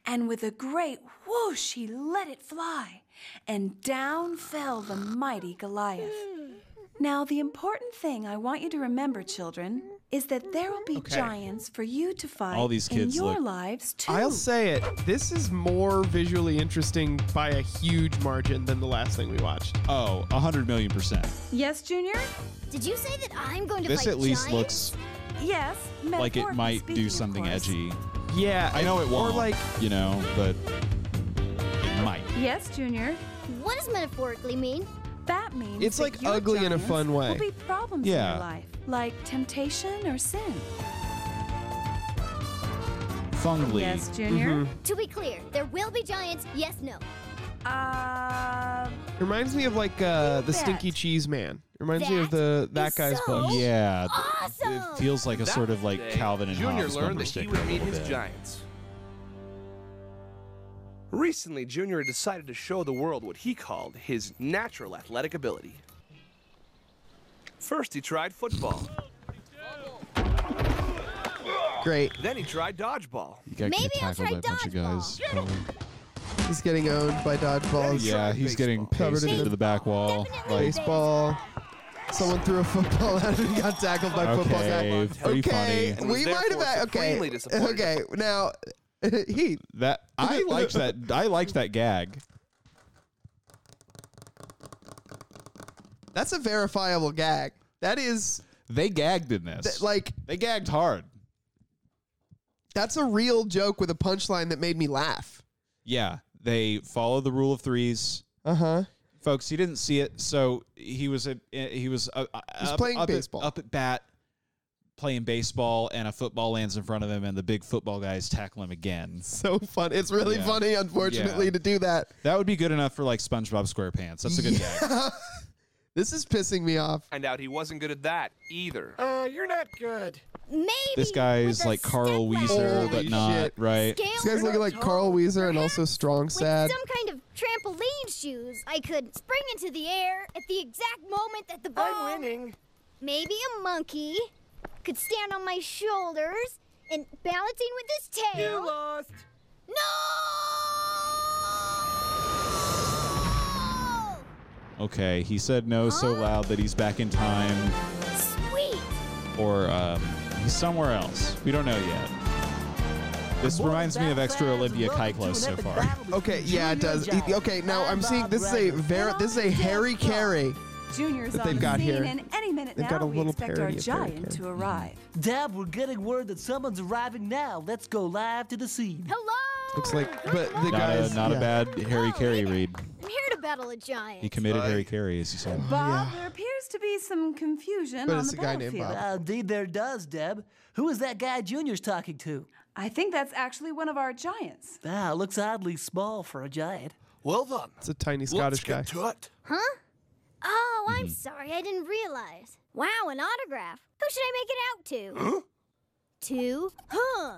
and with a great whoosh he let it fly, and down fell the mighty Goliath. Now, the important thing I want you to remember, children, is that there will be
Okay.
giants for you to fight
All these kids
in your
look-
lives, too.
I'll say it. This is more visually interesting by a huge margin than the last thing we watched.
Oh, 100 million percent.
Yes, Junior?
Did you say that I'm going to
This
fight
at least
giants?
looks
Yes,
like it
metaphorically
might
speaking,
do
of
something
course.
edgy.
Yeah,
I know it
or
won't.
like-
you know, but it might.
Yes, Junior.
What does metaphorically mean?
That means
It's,
that
like,
your
ugly in a
giants
fun way.
Will be problems in
Yeah.
your life, like temptation or sin.
Fungly.
Yes, Junior?
To be clear, there will be giants. Yes, no.
Uh,
Reminds me of like uh, the
That.
Stinky Cheese Man. Reminds me of the that guy's book.
Yeah, th- it feels like a
That
sort of like
day,
Calvin and
Junior
Hobbes
learned
bumper
that he
sticker
would
a
meet
little
his
bit.
giants. Recently, Junior decided to show the world what he called his natural athletic ability. First, he tried football.
Great.
Then he tried dodgeball.
You got Maybe I'll tackled try by a bunch of guys. Oh,
He's getting owned by dodgeballs.
Yeah, he's getting
covered
pasted
in
into the back wall. Like,
baseball. Someone threw a football at him and got tackled by football guy.
okay, pretty
Okay, uh,
funny.
we might have okay. Okay, now Heath.
That I liked that. I liked that gag.
That's a verifiable gag. That is
They gagged in this.
th- like
they gagged hard.
That's a real joke with a punchline that made me laugh.
Yeah, they follow the rule of threes,
Uh huh.
folks. He didn't see it, so he was a, he was uh, uh,
He's
up,
playing
up
baseball.
at, up at bat, playing baseball, and a football lands in front of him, and the big football guys tackle him again.
So fun. It's really
Yeah.
funny, unfortunately,
Yeah.
to do that.
That would be good enough for like SpongeBob SquarePants. That's a good gag.
this is pissing me off.
Find out he wasn't good at that either.
Uh, you're not good. Maybe.
This guy's like Carl Weezer, but not right.
This guy's looking like Carl Weezer and also strong sad.
Some kind of trampoline shoes. I could spring into the air at the exact moment that the ball. I'm winning. Maybe a monkey could stand on my shoulders and balancing with his tail. You lost.
Okay, he said no so loud that he's back in time,
Sweet.
or um, he's somewhere else. We don't know yet. This reminds me of extra Olivia Kyklos Oh, so far.
Okay, yeah, it does. E,
Jack.
Okay, now I'm seeing this is a ver- this is a Harry Carey.
Junior's
That they've
on
got
scene,
here.
and any minute
They've
now
got a
we
little
expect our
parody of Harry
giant
Carey.
to arrive.
Dab, we're getting word that someone's arriving now. Let's go live to the scene.
Hello.
Looks like, but the
not
guys.
a, not
yeah.
a bad
Oh,
Harry Carey read.
I'm here to battle a giant.
He committed Harry Carey, as you said.
Oh,
Bob, there appears to be some confusion on the battlefield.
Uh, indeed, there does, Deb. Who is that guy Junior's talking to?
I think that's actually one of our giants.
Ah, looks oddly small for a giant.
Well done. It's a tiny Scottish guy.
Huh? Oh,
Mm-hmm.
I'm sorry. I didn't realize. Wow, an autograph. Who should I make it out to? Huh? To, huh?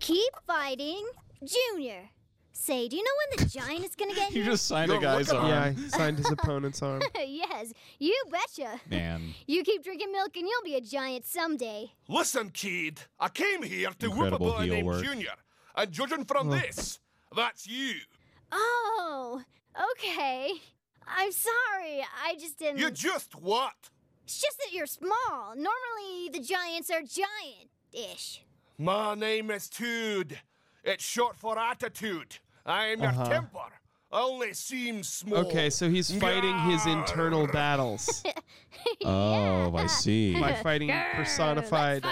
Keep fighting, Junior. Say, do you know when the giant is gonna get
You
here?
just signed a guy's arm.
Yeah, he signed his opponent's arm.
yes, you betcha.
Man.
You keep drinking milk and you'll be a giant someday.
Listen, kid, I came here to
Incredible
whoop a boy
heel
named
work.
Junior, and judging from
Oh.
this, that's you.
Oh, okay. I'm sorry. I just didn't.
You just what?
It's just that you're small. Normally, the giants are giant-ish.
My name is Tude. It's short for attitude. I am your
Uh-huh.
temper. Only seems small.
Okay, so he's fighting his internal battles
Oh, I see.
by fighting personified. Uh,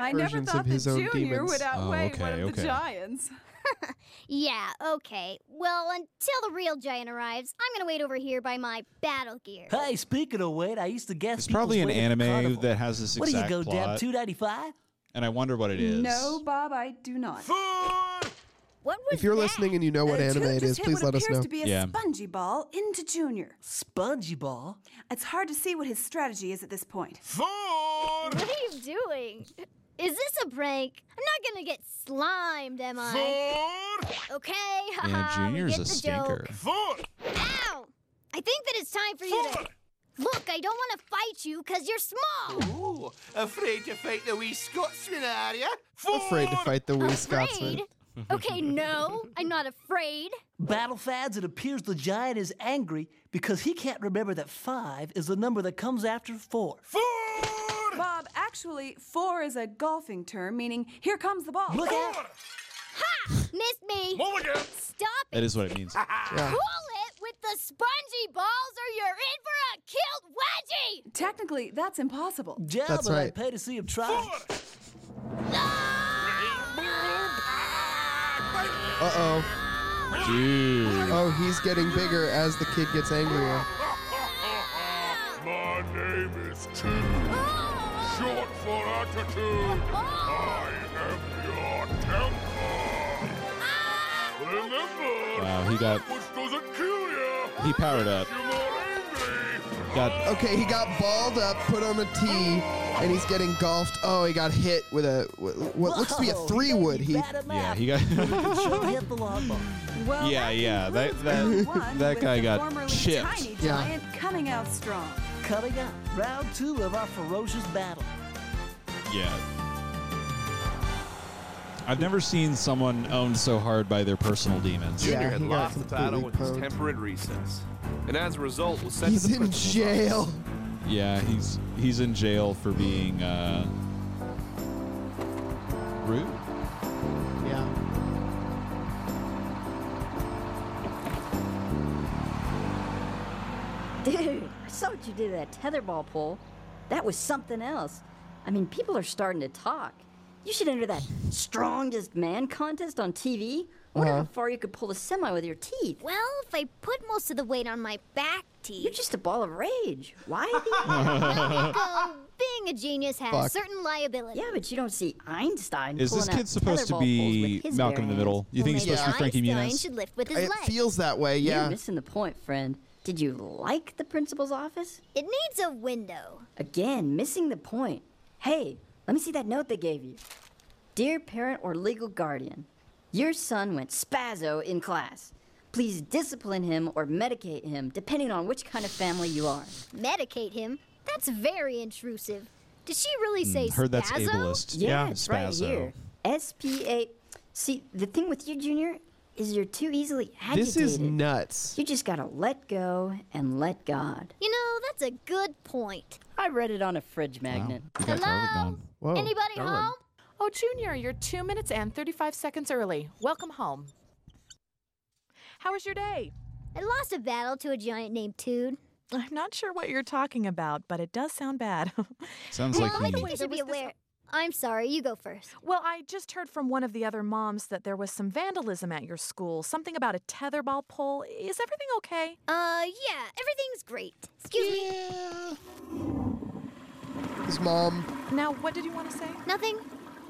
I never
versions
thought
of his
that
own
Junior
demons.
would
Oh,
outweigh one
okay,
of the
okay.
giants.
Yeah, okay. Well, until the real giant arrives, I'm gonna wait over here by my battle gear.
Hey, speaking of wait, I used to guess.
It's probably an
people's wait at the
anime
carnival.
that has this
What do you
exact
go, Deb?
plot,
Two ninety five.
and I wonder what it is.
Uh, No, Bob, I do not.
What
If you're listening and you know what
Uh,
anime
Toad
it
just
is,
hit
please
what
let us
appears
know.
To be a spongy ball into Junior.
Spongy ball.
It's hard to see what his strategy is at this point.
What are you doing? Is this a prank? I'm not gonna get slimed, am I? Okay, haha. we
Yeah, Junior's
get
a
the
stinker.
Joke. Ow! I think that it's time for you to. Look, I don't want to fight you because you're small.
Ooh, afraid to fight the wee Scotsman, are ya?
Afraid to fight the wee Scotsman.
Okay, no, I'm not afraid.
Battle fads. It appears the giant is angry because he can't remember that five is the number that comes after four.
Bob, actually, four is a golfing term meaning here comes the ball. Ah!
Look out!
Missed me. Stop
That is what it means.
Cool it with the spongy balls, or you're in for a killed wedgie.
Technically, that's impossible.
Yeah,
That's
but
right.
I'd pay to see him try.
Uh oh. Oh, he's getting bigger as the kid gets angrier.
My name is Tim. Short for attitude. I am your temper. Remember,
Wow, he got
which doesn't kill you,
he powered up.
you're more angry.
Got
Okay, he got balled up, put on a tee, and he's getting golfed. Oh, he got hit with a wh- what looks to be a
Whoa,
three
he
wood.
made me
He
bad at
yeah
math.
he got
Show hit the long ball.
Well,
yeah yeah that
round
that
one
that
with
guy
the
got
formerly
chipped.
Tiny giant coming out strong.
Coming up, round two of our ferocious battle.
Yeah. I've never seen someone owned so hard by their personal demons.
Junior had lost the battle with his temperate recess, and as a result was sent to the principal's office.
Yeah, he's he's in jail for being uh rude.
Yeah.
Dude, I saw what you did at that tetherball pole. That was something else. I mean, people are starting to talk. You should enter that strongest man contest on TV. I wonder
Uh-huh.
how far you could pull a semi with your teeth.
Well, if I put most of the weight on my back teeth. You're
just a ball of rage. Why?
Nico, being a genius has
Fuck.
certain liabilities.
Yeah, but you don't see Einstein.
Is this
pulling out
kid supposed to
tetherball
be
poles with his
Malcolm in
bare
the Middle? You
hands.
think he's supposed to be Frankie Muniz?
lift with
It feels that way, yeah.
You're missing the point, friend. Did you like the principal's office?
It needs a window.
Again, missing the point. Hey, let me see that note they gave you. Dear parent or legal guardian, your son went spazzo in class. Please discipline him or medicate him, depending on which kind of family you are.
Medicate him? That's very intrusive. Did she really say
Hmm, heard that's
spazzo?
ableist.
Yeah,
Yeah,
it's right
spazzo.
here. S P A. See, the thing with you, Junior, is you're too easily agitated.
This is nuts.
You just gotta let go and let God.
You know, that's a good point.
I read it on a fridge magnet.
Hello?
Anybody home?
Oh, Junior, you're two minutes and 35 seconds early. Welcome home. How was your day?
I lost a battle to a giant named Toad.
I'm not sure what you're talking about, but it does sound bad.
Sounds like
I
he.
think you should be aware. I'm sorry, you go first.
well, I just heard from one of the other moms that there was some vandalism at your school, something about a tetherball pole. Is everything okay?
Uh, yeah, everything's great. Excuse me.
His mom
Now, what did you want to say?
Nothing?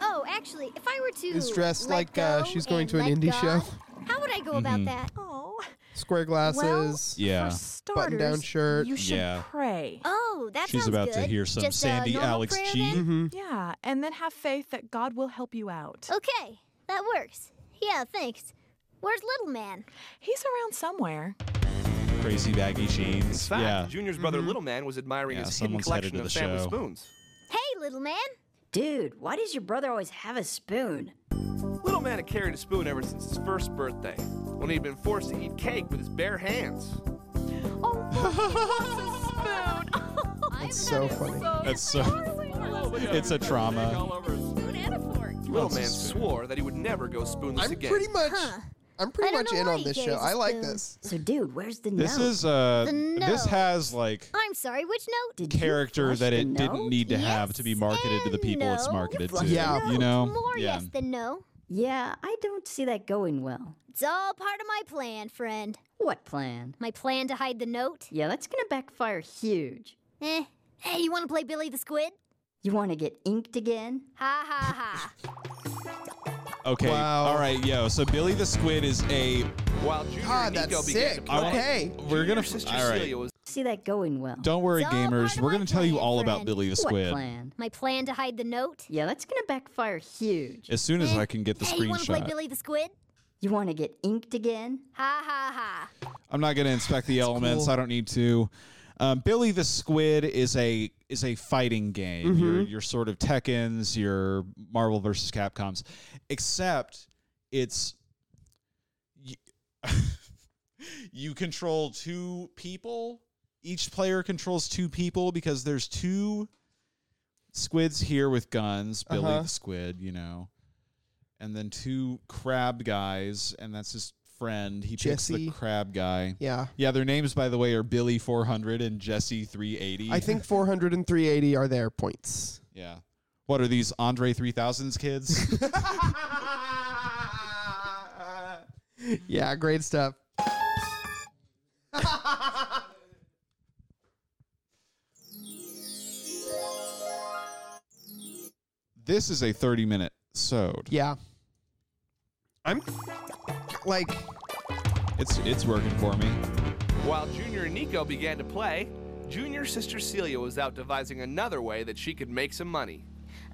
Oh, actually, if I were to.
is dressed
let
like uh,
go
she's going
and
to an
let
indie
God,
show.
How would I go about
Mhm.
Mm-hmm.
that?
Oh.
Square glasses.
yeah.
Button down
starters,
shirt.
you should
Yeah.
pray.
Oh, that
She's about to hear some
uh,
uh,
Sandy Alex G.
Yeah, and then have faith that God will help you out.
Okay, that works. Yeah, thanks. Where's Little Man?
He's around somewhere.
Crazy baggy jeans.
In fact,
Yeah.
Junior's brother
Mm-hmm.
Little Man was admiring
Yeah,
his hidden
someone's headed
collection
to
of
the
family
show.
spoons.
Hey, Little Man.
Dude, why does your brother always have a spoon?
Little Man had carried a spoon ever since his first birthday, when he'd been forced to eat cake with his bare hands.
Oh,
That's so funny.
That's so. It's a trauma.
Little Man swore that he would never go spoonless
I'm
again.
pretty much.
Uh,
I'm pretty
I don't
much
know
in
why
on
you
this
gave
show.
us
I like
spoons.
this.
So, dude, where's the
This
note?
is uh.
The note.
This has like
I'm sorry, which note?
character that it didn't need to have to be marketed to the people it's
no.
marketed
You
to.
flushed the note.
You know.
More
yeah.
yes than no.
Yeah, I don't see that going well.
It's all part of my plan, friend.
What plan?
My plan to hide the note?
Yeah, that's gonna backfire huge.
Eh. Hey, you want to play Billy the Squid?
You wanna get inked again?
Ha ha ha.
Okay. All right. Yo. So Billy the Squid is a.
While Junior
Ah,
and Nico
that's
began
sick.
to play,
Okay.
We're gonna.
Sister
All right.
Celia was
See that going well.
Don't worry, gamers. We're gonna tell you all about Billy the
What
Squid.
plan?
My plan to hide the note?
Yeah, that's gonna backfire huge.
As soon as I can get the
hey, you want to play
screenshot.
Billy the Squid?
You wanna get inked again?
Ha ha ha.
I'm not going to inspect the elements.
cool.
I don't need to. Um, Billy the Squid is a is a fighting game. Your
Mhm.
your sort of Tekken's, your Marvel versus Capcoms, except it's you, you control two people. Each player controls two people because there's two squids here with guns. Billy
Uh-huh.
the Squid, you know, and then two crab guys, and that's his friend. He picks the
Jesse.
crab guy.
Yeah.
Yeah, their names, by the way, are Billy 400 and Jesse 380.
I think 400 and 380 are their points.
Yeah. What are these Andre 3000s kids?
Yeah, great stuff.
this is a 30 minute sode.
Yeah. I'm like
It's it's working for me.
While Junior and Nico began to play, Junior's sister Celia was out devising another way that she could make some money.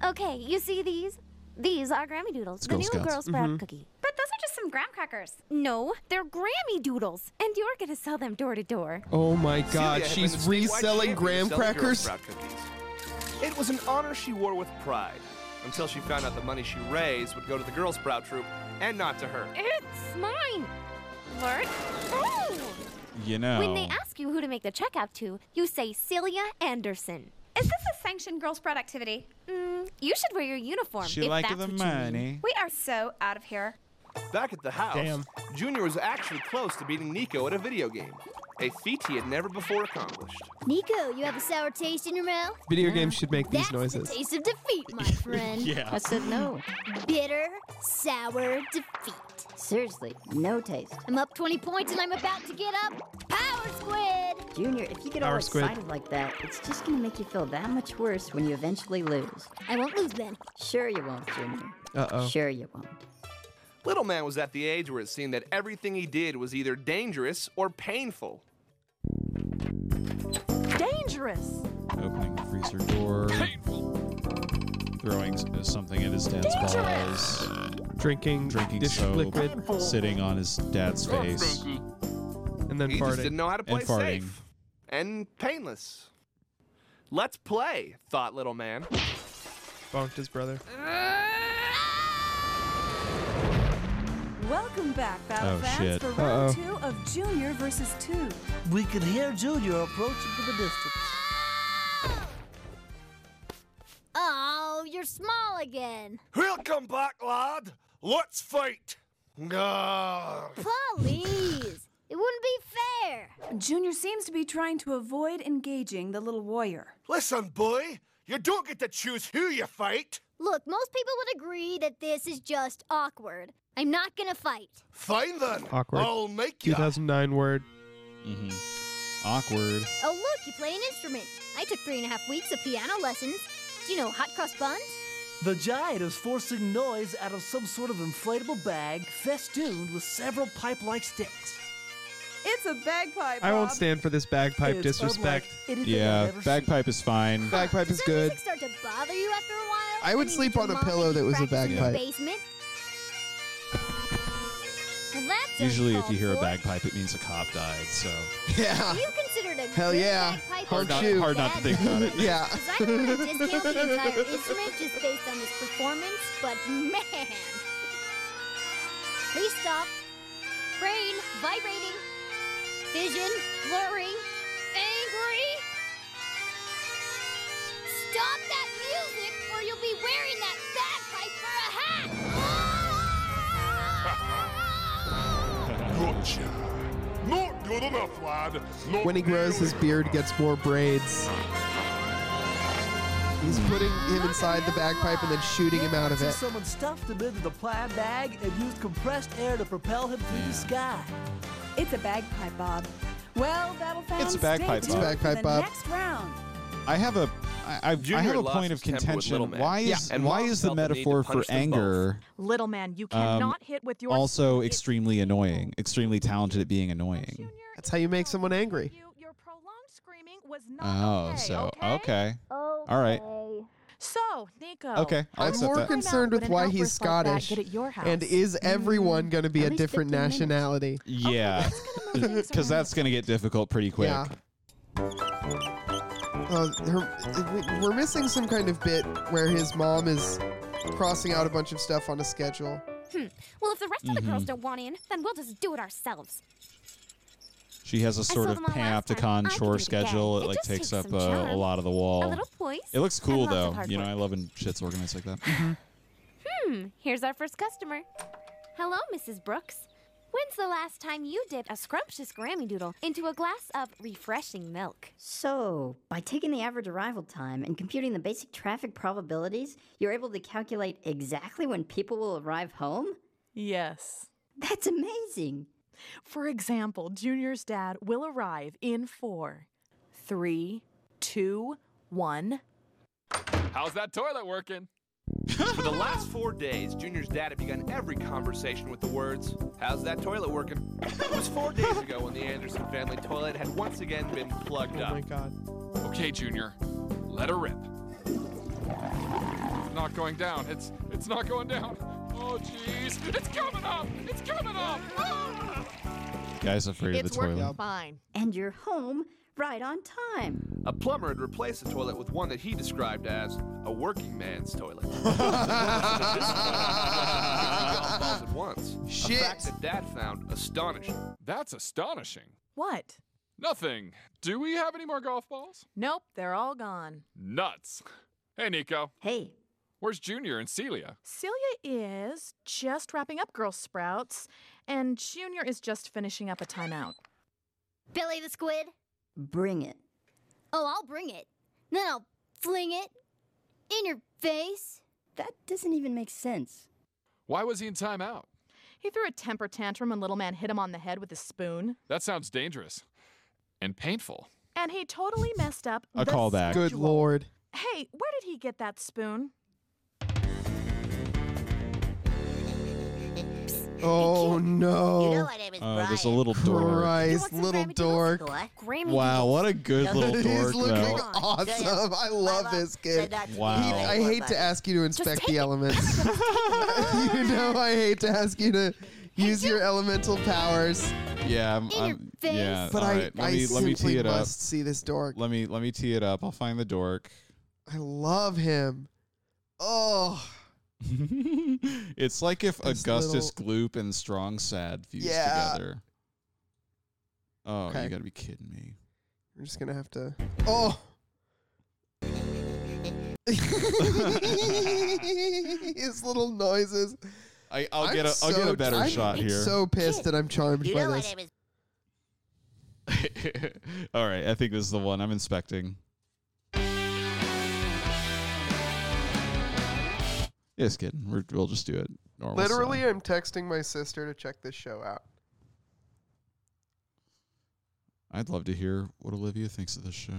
Okay, you see these? These are Grammy Doodles, the
Girl
new
Scouts.
Girl Sprout
Mhm.
cookie. But those are just some graham crackers. No, they're Grammy Doodles, and you're gonna sell them door to door.
Oh my god,
Celia had been
she's
the statewide
reselling
champion of
graham
selling Girl
crackers.
Sprout cookies. It was an honor she wore with pride, until she found out the money she raised would go to the Girl Sprout troop and not to her.
It's mine. Work. Oh.
You know.
When
Oh.
they ask you who to make the check out to, you say Celia Anderson. Is this a sanctioned Girl Sprout activity? Mm, you should wear your uniform.
She
if
like
that's
the
what you
money.
mean. We are so out of here.
Back at the house, Junior was actually close to beating Nico at a video game. a feat he had never before accomplished.
Nico, you have a sour taste in your mouth?
Video games should make these
That's
noises.
the taste of defeat, my friend.
Yeah. I said no.
Bitter, sour defeat.
Seriously, no taste.
I'm up 20 points and I'm about to get up. Power Squid!
Junior, if you get all
Our squid.
excited like that, it's just gonna make you feel that much worse when you eventually lose.
I won't lose then.
Sure you won't, Junior.
Uh oh.
Sure you won't.
Little man was at the age where it seemed that everything he did was either dangerous or painful.
Dangerous!
Opening the freezer door. Throwing s- uh, something at his dad's balls.
Drinking,
drinking
dish
soap,
liquid.
Sitting on his dad's face.
And then
he
farting.
just didn't know how to
And
play
farting.
safe and painless. Let's play, thought little man.
Bonked his brother.
Welcome back, Battle
Oh,
fans,
shit.
for round
Uh-oh.
two of Junior versus Two.
We can hear Junior approaching from the distance.
Oh, you're small again.
Welcome back, lad. Let's fight. Gah.
Please! It wouldn't be fair.
Junior seems to be trying to avoid engaging the little warrior.
Listen, boy, you don't get to choose who you fight.
Look, most people would agree that this is just awkward. I'm not gonna fight.
Fine then.
Awkward.
Oh,
I'll make you.
2009 word.
Mm-hmm. Awkward.
Oh, look, you play an instrument. I took three and a half weeks of piano lessons. Do you know hot cross buns?
The giant is forcing noise out of some sort of inflatable bag festooned with several pipe like sticks.
It's a bagpipe.
I won't stand for this bagpipe
It's
disrespect.
Yeah, bagpipe is fine.
Bagpipe is good.
Music start to bother you after a while?
I would
mean,
sleep
did
on
your
a
mom
pillow
make you
that was a
practice in the
bagpipe.
basement? Well, that's
Usually, if
uncalled
you hear a
for.
bagpipe, it means a cop died. So
Yeah.
You considered a
Hell
good
yeah.
bagpipe
Hard
a
not-
bad
hard not to think about it.
bagpipe?
Yeah.
'Cause I don't want to discount the entire instrument just based on this performance, but man. Please stop. Brain vibrating. Vision blurring. Angry. Stop that music or you'll be wearing that bagpipe for a hat.
Gotcha. Not good enough, lad. Not
When he grows his beard, gets more braids. He's putting him inside the bagpipe and then shooting him out of
So
it.
someone stuffed him into the plaid bag and used compressed air to propel him through the sky.
It's a bagpipe, Bob. Well, Battle fans,
It's a bagpipe,
stay
Bob.
tuned
It's a bagpipe,
for the
Bob.
next round.
I have a, I, I've- I
Junior
have a
lost
point of
his temper with Little
contention.
Man.
Why
Yeah,
is
and
why
Mom
is the
felt the need to
metaphor for
punish them both.
anger
Little man, you
um,
cannot hit with your.
also extremely annoying? Extremely talented at being annoying.
That's how you make someone angry.
Oh, so okay, all right.
So, Nico.
Okay, I'll
I'm
accept
more
that.
concerned with
Would an
why
outburst
he's
like that
Scottish.
get at your
and
house?
is everyone going to be a different nationality?
Yeah, because that's gonna get difficult pretty quick.
Yeah. Uh, her, we- we're missing some kind of bit where his mom is crossing out a bunch of stuff on a schedule.
Hmm. Well, if the rest of the girls
Mhm.
Mm-hmm.
don't want in, then we'll just do it ourselves.
She has a sort
saw
of
them all last time.
panopticon
I can
chore
do it again.
schedule. It,
It
like
just
takes
takes
up
some
a, a
charm,
lot of the wall.
a little poise,
It looks
and
cool
lots of
though.
hard
You know,
work.
I love when shit's organized like that.
Mm-hmm.
Hmm. Here's our first customer. Hello, Mrs. Brooks. When's the last time you dipped a scrumptious Grammy Doodle into a glass of refreshing milk?
So, by taking the average arrival time and computing the basic traffic probabilities, you're able to calculate exactly when people will arrive home?
Yes.
That's amazing.
For example, Junior's dad will arrive in four, three, two, one.
How's that toilet working? For the last four days, Junior's dad had begun every conversation with the words, How's that toilet working? It was four days ago when the Anderson family toilet had once again been plugged up.
Oh my god.
Okay, Junior, let her rip. It's not going down. It's it's not going down. Oh, jeez, it's coming up. It's coming up. Ah!
Guy's afraid of the toilet.
fine.
And you're home right on time.
A plumber had replaced the toilet with one that he described as a working man's toilet. This toilet had three golf balls at once. A fact that Dad found astonishing.
That's astonishing.
What?
Nothing. Do we have any more golf balls?
Nope, they're all gone.
Nuts. Hey, Nico.
Hey.
Where's Junior and Celia?
Celia is just wrapping up Girl Sprouts, and Junior is just finishing up a timeout.
Billy the Squid?
Bring it.
Oh, I'll bring it. Then I'll fling it in your face.
That doesn't even make sense.
Why was he in timeout?
He threw a temper tantrum when Little Man hit him on the head with a spoon.
That sounds dangerous and painful.
And he totally messed up.
A
the
callback.
schedule.
Good lord.
Hey, where did he get that spoon?
Oh no!
You know my name is Oh, there's a Brian. little dork. Christ,
little dork.
Wow, what a good little dork,
He's looking
though.
awesome. I love this kid.
Wow.
He- I hate to ask you to inspect the elements. you know, I hate to ask you to use your elemental powers.
Yeah, I'm, I'm, yeah.
But
all
I-
right, let
I
me let me
simply
tee it up.
must see this dork.
Let me let me tee it up. I'll find the dork.
I love him. Oh,
It's like if
This
Augustus Gloop and Strong Sad fused
Yeah.
together. Oh,
Okay.
you gotta be kidding me!
we're just gonna have to. Oh. His little noises.
I, I'll
I'm
get a I'll get
so-
a better
I'm
shot here.
So pissed that I'm charmed by this.
all right, I think this is the one I'm inspecting. Yes, kidding. We're, we'll just do it. Normal style.
Literally, I'm texting my sister to check this show out.
I'd love to hear what Olivia thinks of this show.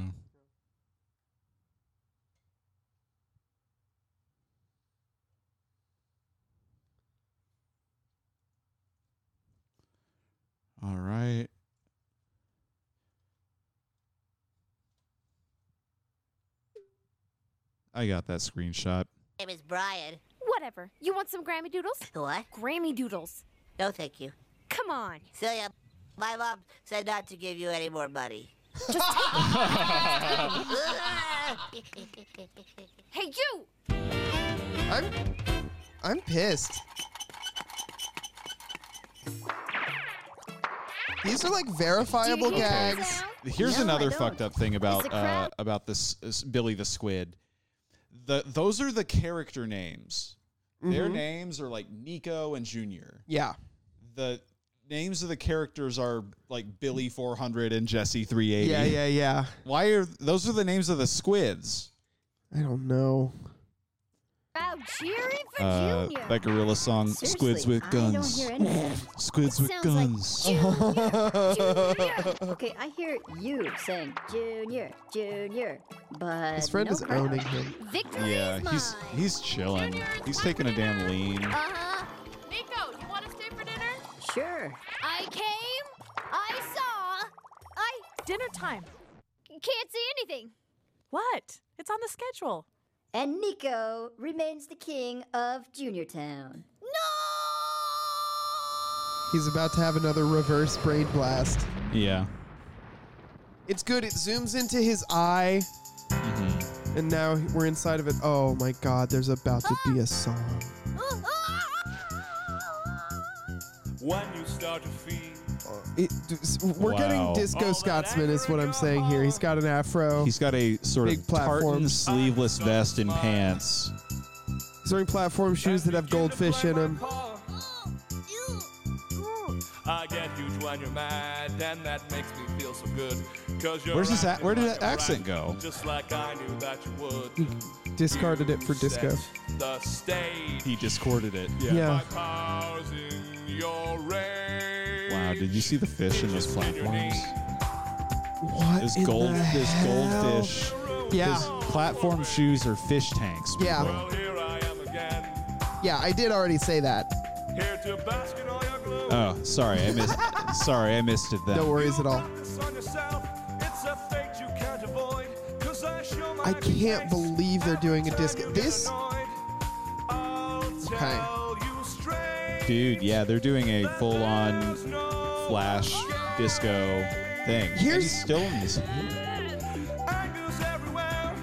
All right. I got that screenshot.
Name is Brian. Whatever. You want some Grammy Doodles? What? Grammy Doodles.
No, thank you.
Come on.
Celia, my mom said not to give you any more money.
Hey, you!
I'm I'm pissed. These are like verifiable
Okay.
gags.
Here's another fucked up thing about
a
uh, about this, this Billy the Squid. The those are the character names. Their
Mm-hmm.
Mhm.
names are like Nico and Junior.
Yeah.
The names of the characters are like Billy 400 and Jesse 380.
Yeah, yeah, yeah.
Why are those are the names of the squids?
I don't know.
Oh, cheering for
Uh,
Junior.
that gorilla song,
Seriously,
"Squids with
I don't
Guns."
hear any of
Squids with
sounds like
guns.
okay, I hear you saying Junior, Junior, but
His friend
no
is
crowd.
owning him.
Victory
yeah,
is
he's he's chilling. He's taking a damn lean.
Uh, Uh-huh.
Uh,
huh. Nico, you want to stay for dinner?
Sure.
I came. I saw. I
Dinner time.
can't see anything.
What? It's on the schedule.
And Nico remains the king of Junior Town.
uh,
He's about to have another reverse brain blast.
Yeah.
It's good. It zooms into his eye.
Mm-hmm.
And now we're inside of it. Oh my god, there's about to be a song.
When you start to feel
It, d- s- we're
Wow.
getting Disco Scotsman, is what I'm saying here. He's got an afro.
He's got a sort
Big
of tartan
platforms.
sleeveless vest and pants.
He's wearing platform shoes that have goldfish in them.
I get you when you're mad, and that makes me feel so good. Cause you're
Where's his a-
acting
where did
like
that
a
accent
rat,
go?
Just like I knew that you would.
He discarded it for disco.
Set The stage.
He discorded it.
Yeah.
My powers in your rage.
Wow, did you see the fish in those platforms?
What
This
in
gold
the
this
hell?
goldfish.
Yeah.
His platform shoes are fish tanks.
Yeah.
people.
Yeah, I did already say that.
Here to bask in all your gloom.
Oh, sorry, I missed sorry, I missed it then.
No worries at all.
Focus on yourself. It's a fate you can't avoid. 'Cause I show my
I can't believe they're doing a disco. This. Okay.
Dude, yeah, they're doing a full on flash disco thing. And
Here's-
he's still in this.
Anger's everywhere.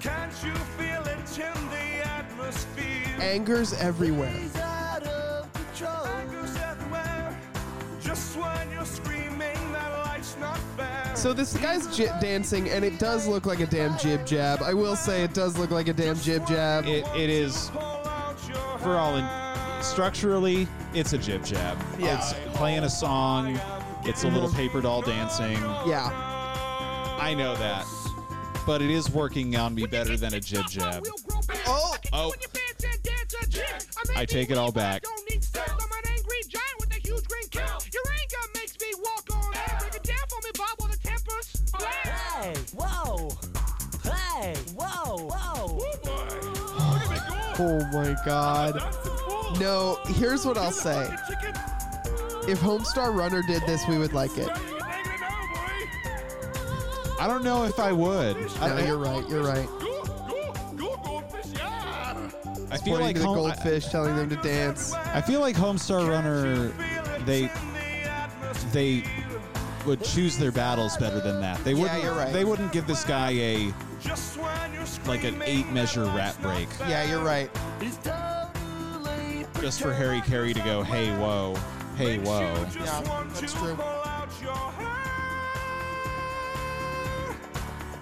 Can't you feel it in the atmosphere?
Anger's everywhere.
It's out of control. Anger's everywhere. Just when you're screaming that life's not fair.
So this guy's j- dancing, and it does look like a damn jib jab. I will say it does look like a damn jib jab.
It, it is for all in structurally, it's a jib jab.
Yeah. Mhm.
It's playing a song It's a little paper doll dancing.
Yeah.
I know that. But it is working on me better than a jib jab.
Oh!
Oh, I take it all back.
Hey, whoa! Hey, whoa, whoa!
Oh my god. No, Oh, here's what I'll say. If Homestar Runner did this, we would like it.
I don't know if I would.
No, you're right. You're right.
I feel
Pointing
like
to the
home- I-
goldfish, telling them to dance.
I feel like Homestar Runner, they they would choose their battles better than that. They
Yeah,
wouldn't.
you're right.
They wouldn't give this guy a
Just when you're
like an eight measure rap break
Yeah, you're right.
just for Harry Carey to go, hey whoa, hey whoa.
Yeah, that's true.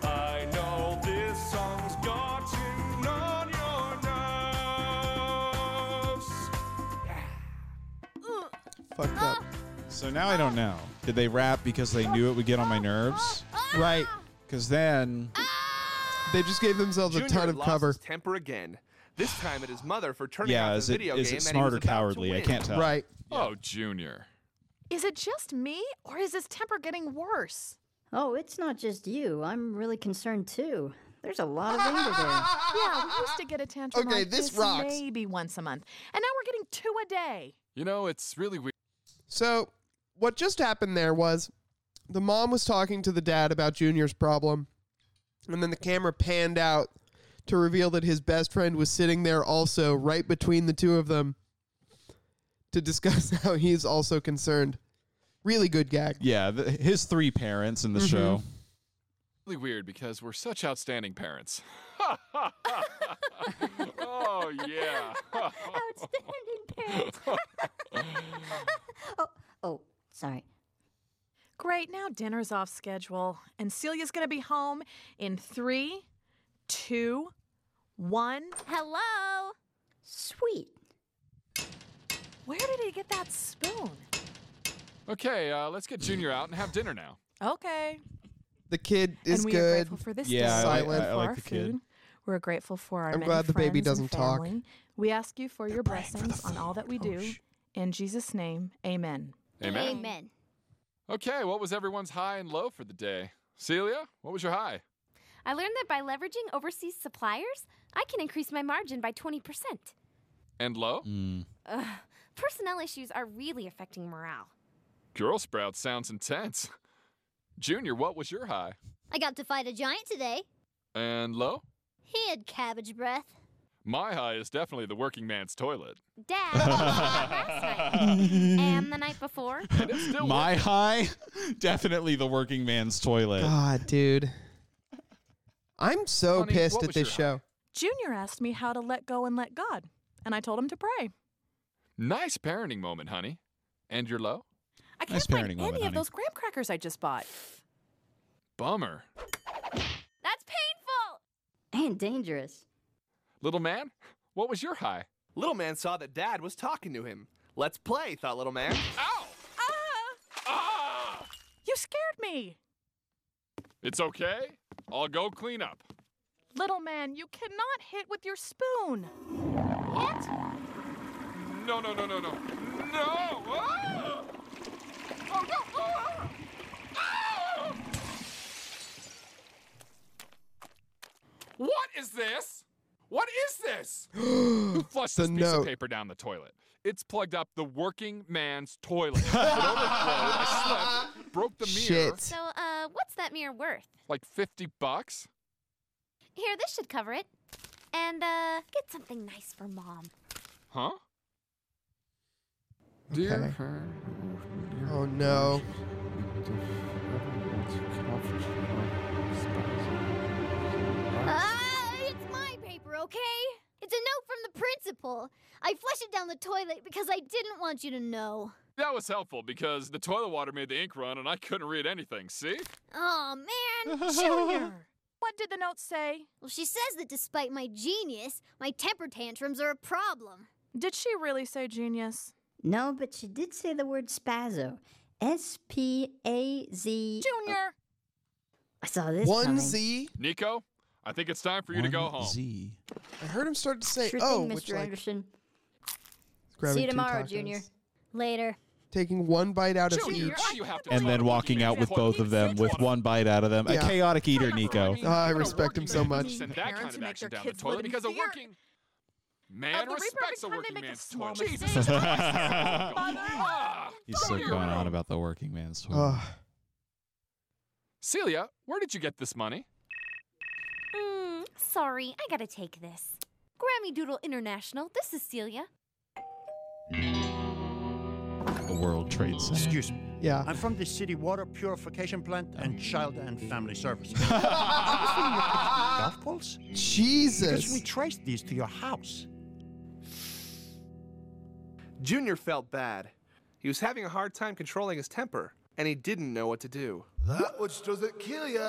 I know this song's got you on your nerves.
Fucked up.
So now I don't know. Did they rap because they knew it would get on my nerves?
Right. Ah.
Because then
They just gave themselves a
Junior
ton of
lost
cover.
his temper again. This time at his mother for turning
Yeah,
out the
is it-
video
is it
game. that he
smart
was
or
about to
cowardly? I
win.
can't tell. Right.
Oh, Junior.
Is it just me, or is his temper getting worse?
Oh, it's not just you. I'm really concerned too. There's a lot of anger there.
Yeah, we used to get a tantrum
Okay,
like
this rocks.
maybe once a month, and now we're getting two a day.
You know, it's really weird.
So, what just happened there was the mom was talking to the dad about Junior's problem, and then the camera panned out to reveal that his best friend was sitting there also, right between the two of them, to discuss how he's also concerned. Really good gag.
yeah, the, his three parents in the
Mm-hmm.
Mhm.
show.
Really weird because we're such outstanding parents. oh yeah.
Outstanding parents. oh, oh, sorry.
Great, now dinner's off schedule, and Celia's gonna be home in three, two, one.
Hello.
Sweet.
Where did he get that spoon?
Okay, uh, let's get Junior out and have dinner now.
Okay.
The kid is
and we are
good.
grateful for this
Yeah,
day.
I like- Silent. I
for
like
our
the kid.
food. We're grateful for our
I'm
many
glad the baby
friends and
doesn't talk.
family. We ask you for your blessings on all that we do. In Jesus' name, amen.
Amen. Okay, what was everyone's high and low for the day? Celia, what was your high?
I learned that by leveraging overseas suppliers, I can increase my margin by 20%.
And low?
Ugh, personnel issues are really affecting morale.
Girl Sprout sounds intense. Junior, what was your high?
I got to fight a giant today.
And low?
He had cabbage breath.
My high is definitely the working man's toilet.
and the night before,
My high, definitely the working man's toilet.
God, dude. I'm so
Honey,
pissed
what
Oh, at
was
this
your
show.
Junior asked me how to let go and let God, and I told him to pray.
Nice parenting moment, honey. And your low?
I can't
Nice
find
parenting
any
moment,
of
honey.
those graham crackers I just bought.
Bummer.
that's painful.
And dangerous.
Little man, what was your high?
Little man saw that dad was talking to him. Let's play, thought little man.
Ah! You scared me.
It's okay. I'll go clean up.
Little man, you cannot hit with your spoon.
What? No, no, no, no, no. No! Ah! Oh, no! Ah! Ah! What is this? What is this? Who flushed
The
this piece
note.
of paper down the toilet? It's plugged up the working man's toilet. it overflowed. I slipped, broke the mirror.
Shit.
So, uh, what's that mirror worth?
Like 50 bucks?
Here, this should cover it. And, uh, get something nice for mom.
Huh?
Okay. Oh no.
Ah, it's my paper, okay? It's a note from the principal. I flushed it down the toilet because I didn't want you to know.
That was helpful because the toilet water made the ink run and I couldn't read anything, see?
Oh man.
Junior. What did the note say?
Well, she says that despite my genius, my temper tantrums are a problem.
Did she really say genius?
No, but she did say the word spazzo, S P A Z.
Junior.
I saw this.
One
coming.
Z.
Nico, I think it's time for you to go home.
Z.
I heard him start to say,
Sure
"Oh,"
thing,
which
Mr.
like
Anderson.
grabbing
See you
two
tomorrow,
tacos.
Junior. Later.
Taking one bite out of
Junior,
each.
why do you have to
and
talk
then
about
walking
eating
out with
food?
both of them with one bite out of them. A
Yeah.
chaotic eater, Nico.
Ah, I respect him so much.
Send that kind
Parents
of
who make their
action down the
kids live
toilet
in
because a
fear.
working man
Of the reaper,
respects a
every time they
working
make a
man's
small
toilet.
mistake,
Jesus
they're
Christ.
like,
Mother. Ah.
He's so going on about the working man's toilet.
Celia, where did you get this money?
Mm, sorry, I gotta take this. Grammy Doodle International, this is Celia.
the World Trade Center.
Excuse me.
Yeah.
I'm from the City Water Purification Plant and Child and Family Services. I was thinking you could- Golf balls?
Jesus.
Because we traced these to your house.
Junior felt bad. He was having a hard time controlling his temper, and he didn't know what to do.
That which doesn't kill you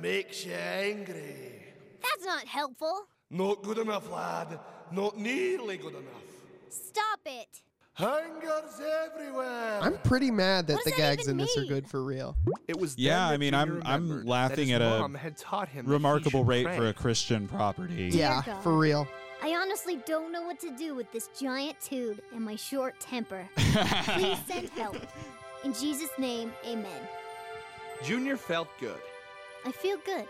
makes you angry.
That's not helpful.
Not good enough, lad. Not nearly good enough.
Stop it.
Hangers everywhere.
I'm pretty mad that the gags in this are good for real.
It was
Yeah, I mean, I'm I'm laughing at
his
a
mom Um, had taught him that he
remarkable
should
rate
pray.
for a Christian property.
Yeah,
God.
for real.
I honestly don't know what to do with this giant tube and my short temper. Please send help. In Jesus' name, amen.
Junior felt good.
I feel good.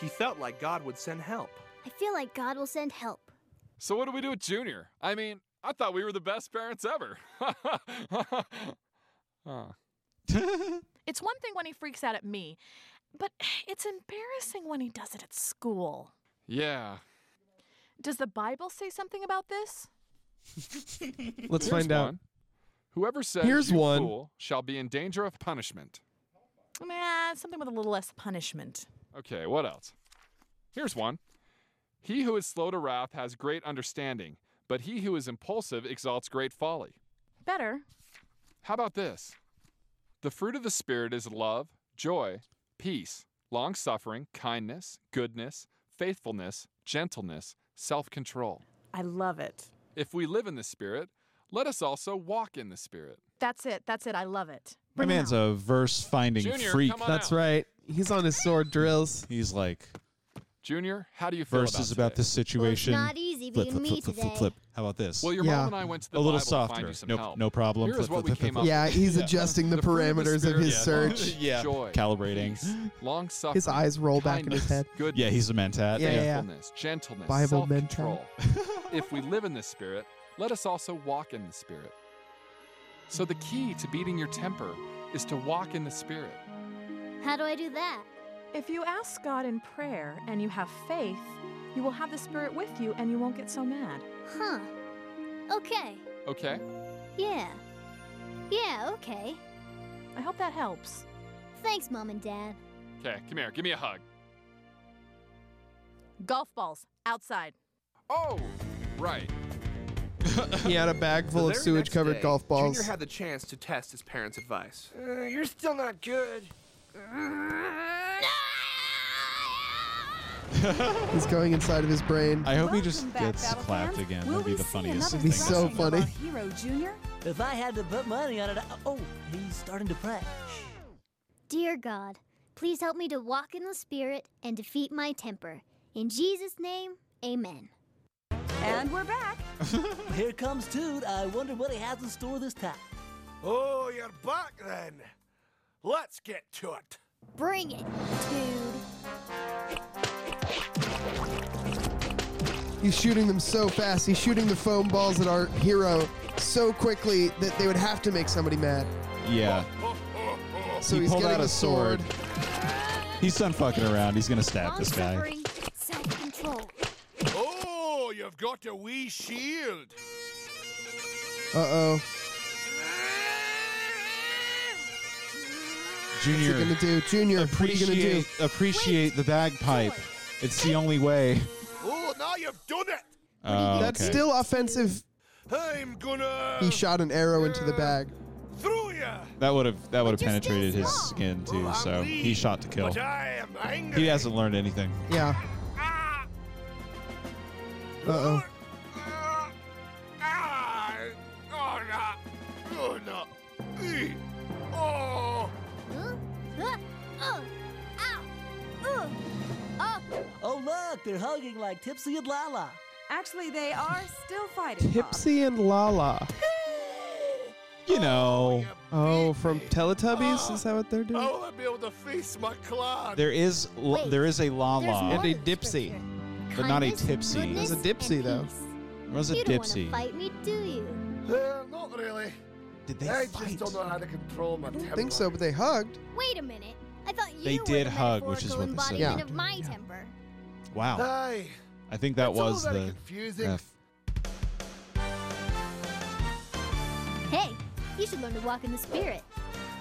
He felt like God would send help.
I feel like God will send help.
So what do we do with Junior? I mean, I thought we were the best parents ever. Huh.
It's one thing when he freaks out at me, but it's embarrassing when he does it at school.
Yeah.
Does the Bible say something about this?
Let's
Here's
find out.
one. Whoever says
Here's
you
one.
fool shall be in danger of punishment.
Nah, something with a little less punishment.
Okay, what else? Here's one. He who is slow to wrath has great understanding, but he who is impulsive exalts great folly.
Better.
How about this? The fruit of the Spirit is love, joy, peace, long suffering, kindness, goodness, faithfulness, gentleness, self control.
I love it.
If we live in the Spirit, let us also walk in the Spirit.
That's it. That's it. I love it.
My man's a verse finding
Junior,
freak.
come on
That's right. He's on his sword drills.
He's like
Junior, how do you feel
verses
about
about this situation.
not easy
flip,
being
flip,
me
flip, flip, flip,
today.
flip. How about this?
Well, your
Yeah.
mom and I went to the
a little
Bible to
softer.
find you some
nope,
help.
no problem.
Here is
Flip,
what
flip,
we
flip,
came
flip,
up
Yeah,
with.
he's
Yeah.
adjusting the,
The fruit of the
parameters of,
Spirit
his
is love,
search.
yeah,
joy,
calibrating.
long suffering,
His eyes roll back in his head.
Goodness,
Yeah, he's a mentat.
Yeah, yeah, yeah.
faithfulness, gentleness,
Bible
self-control. if we live in the Spirit, let us also walk in the Spirit. So the key to beating your temper is to walk in the Spirit.
How do I do that?
If you ask God in prayer and you have faith, you will have the Spirit with you and you won't get so mad.
Huh. Okay.
Okay?
Yeah. Yeah, okay.
I hope that helps.
Thanks, Mom and Dad.
Okay, come here. Give me a hug.
Golf balls outside.
Oh, right.
He had a bag full
The
of
very
sewage
next
covered
day,
golf balls.
Junior had the chance to test his parents' advice.
Uh, you're still not good.
He's going inside of his brain.
I hope he just gets clapped again. That'd be the funniest
It'd
thing.
be so funny.
Hero Junior? If I had to put money on it, I- oh, he's starting to pray.
Dear God, please help me to walk in the Spirit and defeat my temper. In Jesus' name, amen.
And we're back. Here comes Dude. I wonder what he has in store this time.
Oh, you're back then. Let's get to it.
Bring it, dude.
He's shooting them so fast. He's shooting the foam balls at our hero so quickly that they would have to make somebody mad.
Yeah.
So
he
he's
pulled
getting
out
the
a sword. He's done fucking around. He's gonna stab this guy.
Long-suffering, self-control.
Oh, you've got a wee shield.
Uh oh.
Junior,
What's he gonna do? Junior, what are you
appreciate
gonna do?
appreciate the bagpipe. It's the only way.
Oh, now you've done it.
Uh,
That's
okay.
still offensive.
I'm gonna
He shot an arrow into the bag.
throw you.
That would have that would have penetrated his skin too. So he shot to kill.
But I am angry.
He hasn't learned anything.
Yeah. Uh oh.
Ah, oh no. Oh no. Eh. Oh.
Oh, Look, they're hugging like Tipsy and Lala.
Actually, they are still fighting. Bob.
Tipsy and Lala.
You know,
Oh, from Teletubbies? Is that what they're doing?
I will Oh, be able to feast my clan.
there is l-
Wait,
there is a la la
And a dipsy.
but not a tipsy.
There's a dipsy, though.
There was a
you don't want to
dipsy.
fight me, do you?
Uh, not really.
Did they
I just
fight?
don't know how to control my temper.
I think so, but they hugged.
Wait a minute. I thought you
They
were
did
the
hug, which is
metaphorical
what they said.
embodiment
Yeah.
of my temper.
Wow.
Aye.
I think that
It's all
was
very
the.
confusing.
F.
Hey, you should learn to walk in the spirit.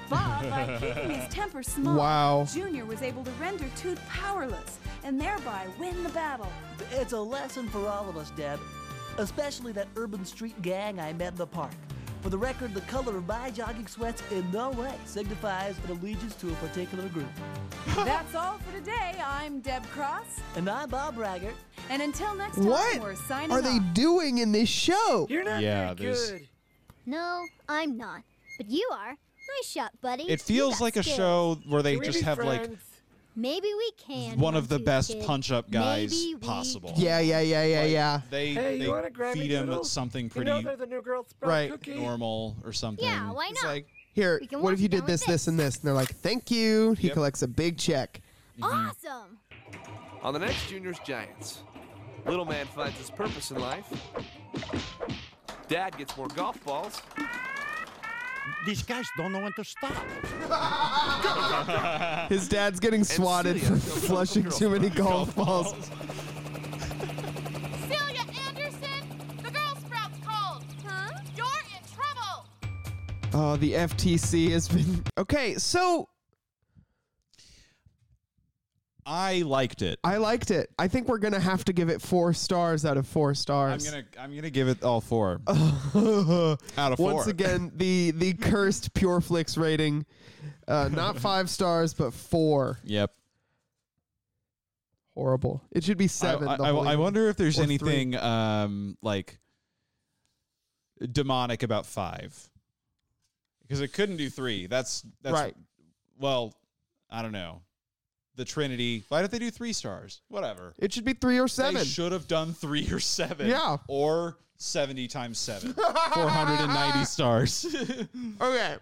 Bob, by keeping his temper small,
Wow.
Junior was able to render Tooth powerless and thereby win the battle.
It's a lesson for all of us, Deb. Especially that urban street gang I met in the park. For the record, the color of my jogging sweats in no way signifies an allegiance to a particular group.
That's all for today. I'm Deb Cross.
And I'm Bob Raggart.
And until next time,
What
we're signing
are they
off.
doing in this show?
You're
not Yeah, very there's- good.
No, I'm not. But you are. Nice shot, buddy. You
It feels
got
like a
skills.
show where they just have like
Maybe we can.
one of the
two,
best
kid.
punch-up guys
Maybe we
possible.
Yeah, yeah, yeah, yeah, yeah.
They,
Hey, you
they
wanna grab me
feed him
noodles?
something
You
pretty
know they're the new girl sprout
Right.
cookie.
normal or something.
Yeah, why not?
Here,
We can
what if
walk
you
down
did
with
this, this, and this? And they're like, thank you. He collects a big check.
Awesome.
On the next Junior's Giants, little man finds his purpose in life. Dad gets more golf balls.
These guys don't know when to stop.
His dad's getting swatted for flushing too many golf balls.
Celia Anderson, the Girl Sprout's called. Huh? You're in trouble.
Oh, the FTC has been. Okay, so
I liked it.
I liked it. I think we're going to have to give it four stars out of four
I'm
stars.
gonna I'm gonna give it all four.
out
of
Once
four.
again, the the cursed PureFlix rating, uh, not five stars but four.
Yep.
Horrible. It should be seven.
I,
the
I- I
whole evening.
wonder if there's
Or three.
anything um, like demonic about five, because it couldn't do three. That's that's
Right.
Well, I don't know. The Trinity. Why did they do three stars? Whatever.
It should be three or seven.
They should have done three or seven.
Yeah.
Or seventy times seven. Four hundred and ninety stars.
okay.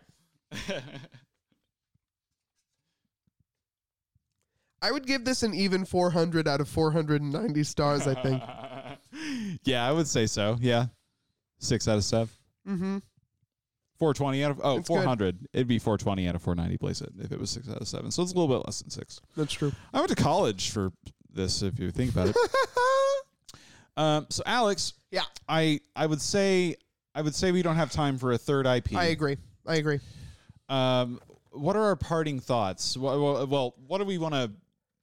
I would give this an even 400 out of 490 stars, I think.
yeah, I would say so. Yeah. Six out of seven.
mm-hmm.
420 out of oh
That's good.
400 it'd be 420 out of 490 place it if it was six out of seven so it's a little bit less than six
That's true.
i went to college for this if you think about it um so alex
Yeah.
i i would say i would say we don't have time for a third ip
I agree. I agree.
um what are our parting thoughts Wha- wha- well what do we want to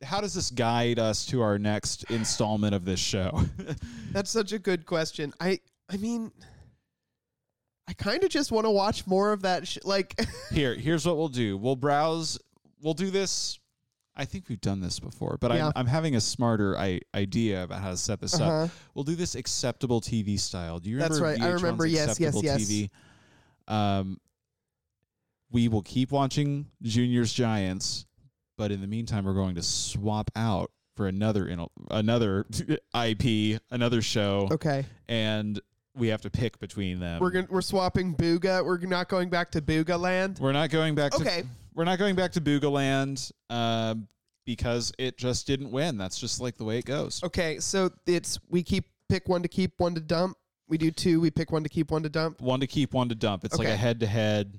how does this guide us to our next installment of this show
That's such a good question. I I mean I kind of just want to watch more of that sh- like
Here, here's what we'll do. We'll browse. We'll do this. I think we've done this before, but
Yeah.
I'm, I'm having a smarter I- idea about how to set this
Uh-huh.
up. We'll do this acceptable TV style. Do you
That's
remember?
right. I
VH1's
remember. Yes, yes,
acceptable
yes.
TV? Um, we will keep watching Junior's Giants, but in the meantime, we're going to swap out for another in- another IP, another show.
Okay.
and we have to pick between them.
we're going we're swapping Booga. We're not going back to Booga land.
We're not going back.
Okay.
To, we're not going back to Boogaland uh, because it just didn't win. That's just like the way it goes.
Okay, so it's we keep pick one to keep, one to dump. We do two, we pick one to keep, one to dump.
One to keep, one to dump. It's like
Okay.
a head to head.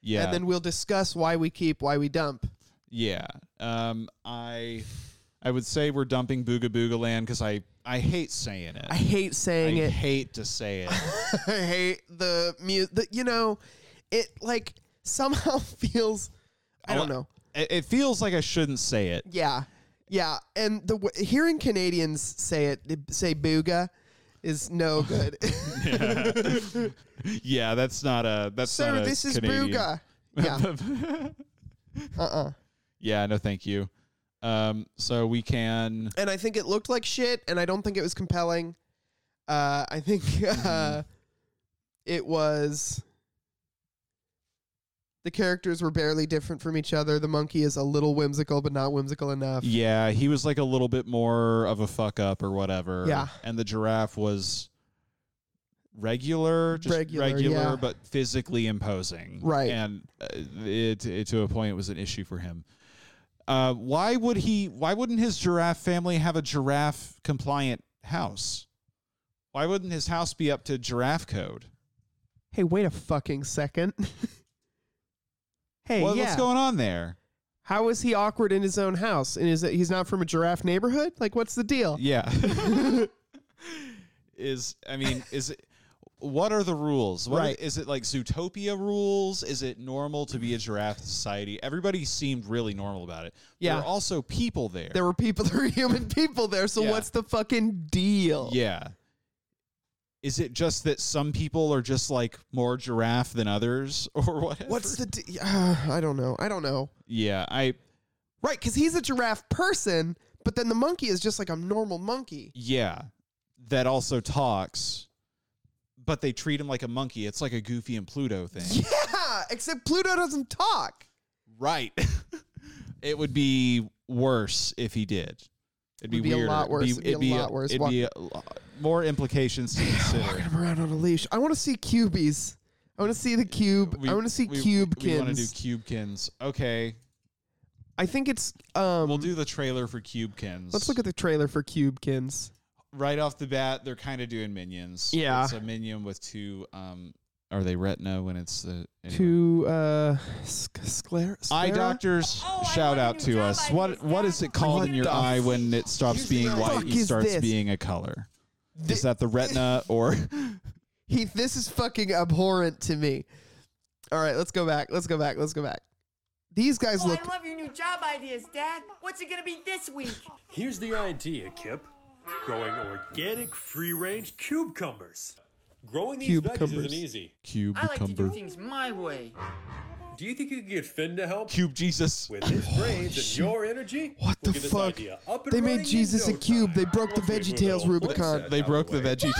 Yeah.
And then we'll discuss why we keep, why we dump.
yeah. Um, I I would say we're dumping Booga Boogaland because I I hate saying it.
I hate saying
I
it.
hate to say it.
I hate the music. You know, it like somehow feels. I don't
wa-
know.
It, it feels like I shouldn't say it.
Yeah, yeah. And the w- hearing Canadians say it, say booga, is no good.
Yeah. yeah, that's not a that's
Sir,
not a
this is
Canadian.
booga. Yeah. uh uh
Yeah, no thank you. Um, so we can
And I think it looked like shit, and I don't think it was compelling. Uh, I
Mm-hmm.
think uh, it was. The characters were barely different from each other. The monkey is a little whimsical, but not whimsical enough.
Yeah, he was like a little bit more of a fuck up or whatever.
Yeah.
And the giraffe was regular, just
Regular,
regular,
yeah.
but physically imposing.
Right.
And uh, it, it to a point it was an issue for him. Uh, why would he why wouldn't his giraffe family have a giraffe compliant house? Why wouldn't his house be up to giraffe code?
Hey, wait a fucking second. hey,
What-
yeah.
what's going on there?
How is he awkward in his own house? And is it, he's not from a giraffe neighborhood? Like, what's the deal?
Yeah. is I mean, is it what are the rules? What
Right.
is it like Zootopia rules? Is it normal to be a giraffe in society? Everybody seemed really normal about it.
Yeah.
There were also people there.
There were people, there were human people there. So
Yeah.
what's the fucking deal?
yeah. Is it just that some people are just like more giraffe than others or what?
What's the? D- uh, I don't know. I don't know.
Yeah, I
Right, because he's a giraffe person, but then the monkey is just like a normal monkey.
yeah. That also talks, but they treat him like a monkey. It's like a Goofy and Pluto thing.
Yeah, except Pluto doesn't talk.
Right. it would be worse if he did. It'd be,
Would be a
weirder.
lot worse. It'd be a lot worse.
It'd
Walk-
be a lo- more implications to consider.
I'm around on a leash. I want to see cubies. I want to see the cube.
We-
I want to see
we-
cubekins.
We, want to do cubekins. Okay.
I think it's. Um,
We'll do the trailer for cubekins.
Let's look at the trailer for cubekins.
right off the bat. They're kind of doing minions.
Yeah.
It's a minion with two. Um, are they retina when it's the anyway.
To uh, sc- scler-
eye
sclera?
doctors? shout out to us. What what is it called in your eye when it stops being white
fuck
and
is
starts
this?
being a color? Is that the retina or?
He. This is fucking abhorrent to me. All right, let's go back. Let's go back. Let's go back. These guys
Oh,
look.
I love your new job ideas, Dad. What's it gonna be this week?
Here's the idea, Kip. Growing organic free-range cucumbers. Growing these veggies
Cucumbers.
isn't easy.
Cucumber.
things my way.
Do you think you could get Finn to help?
Cube Jesus. Oh,
With his brains and your energy, what
the fuck? They made Jesus a cube. They broke the VeggieTales Rubicon.
They broke the veggie.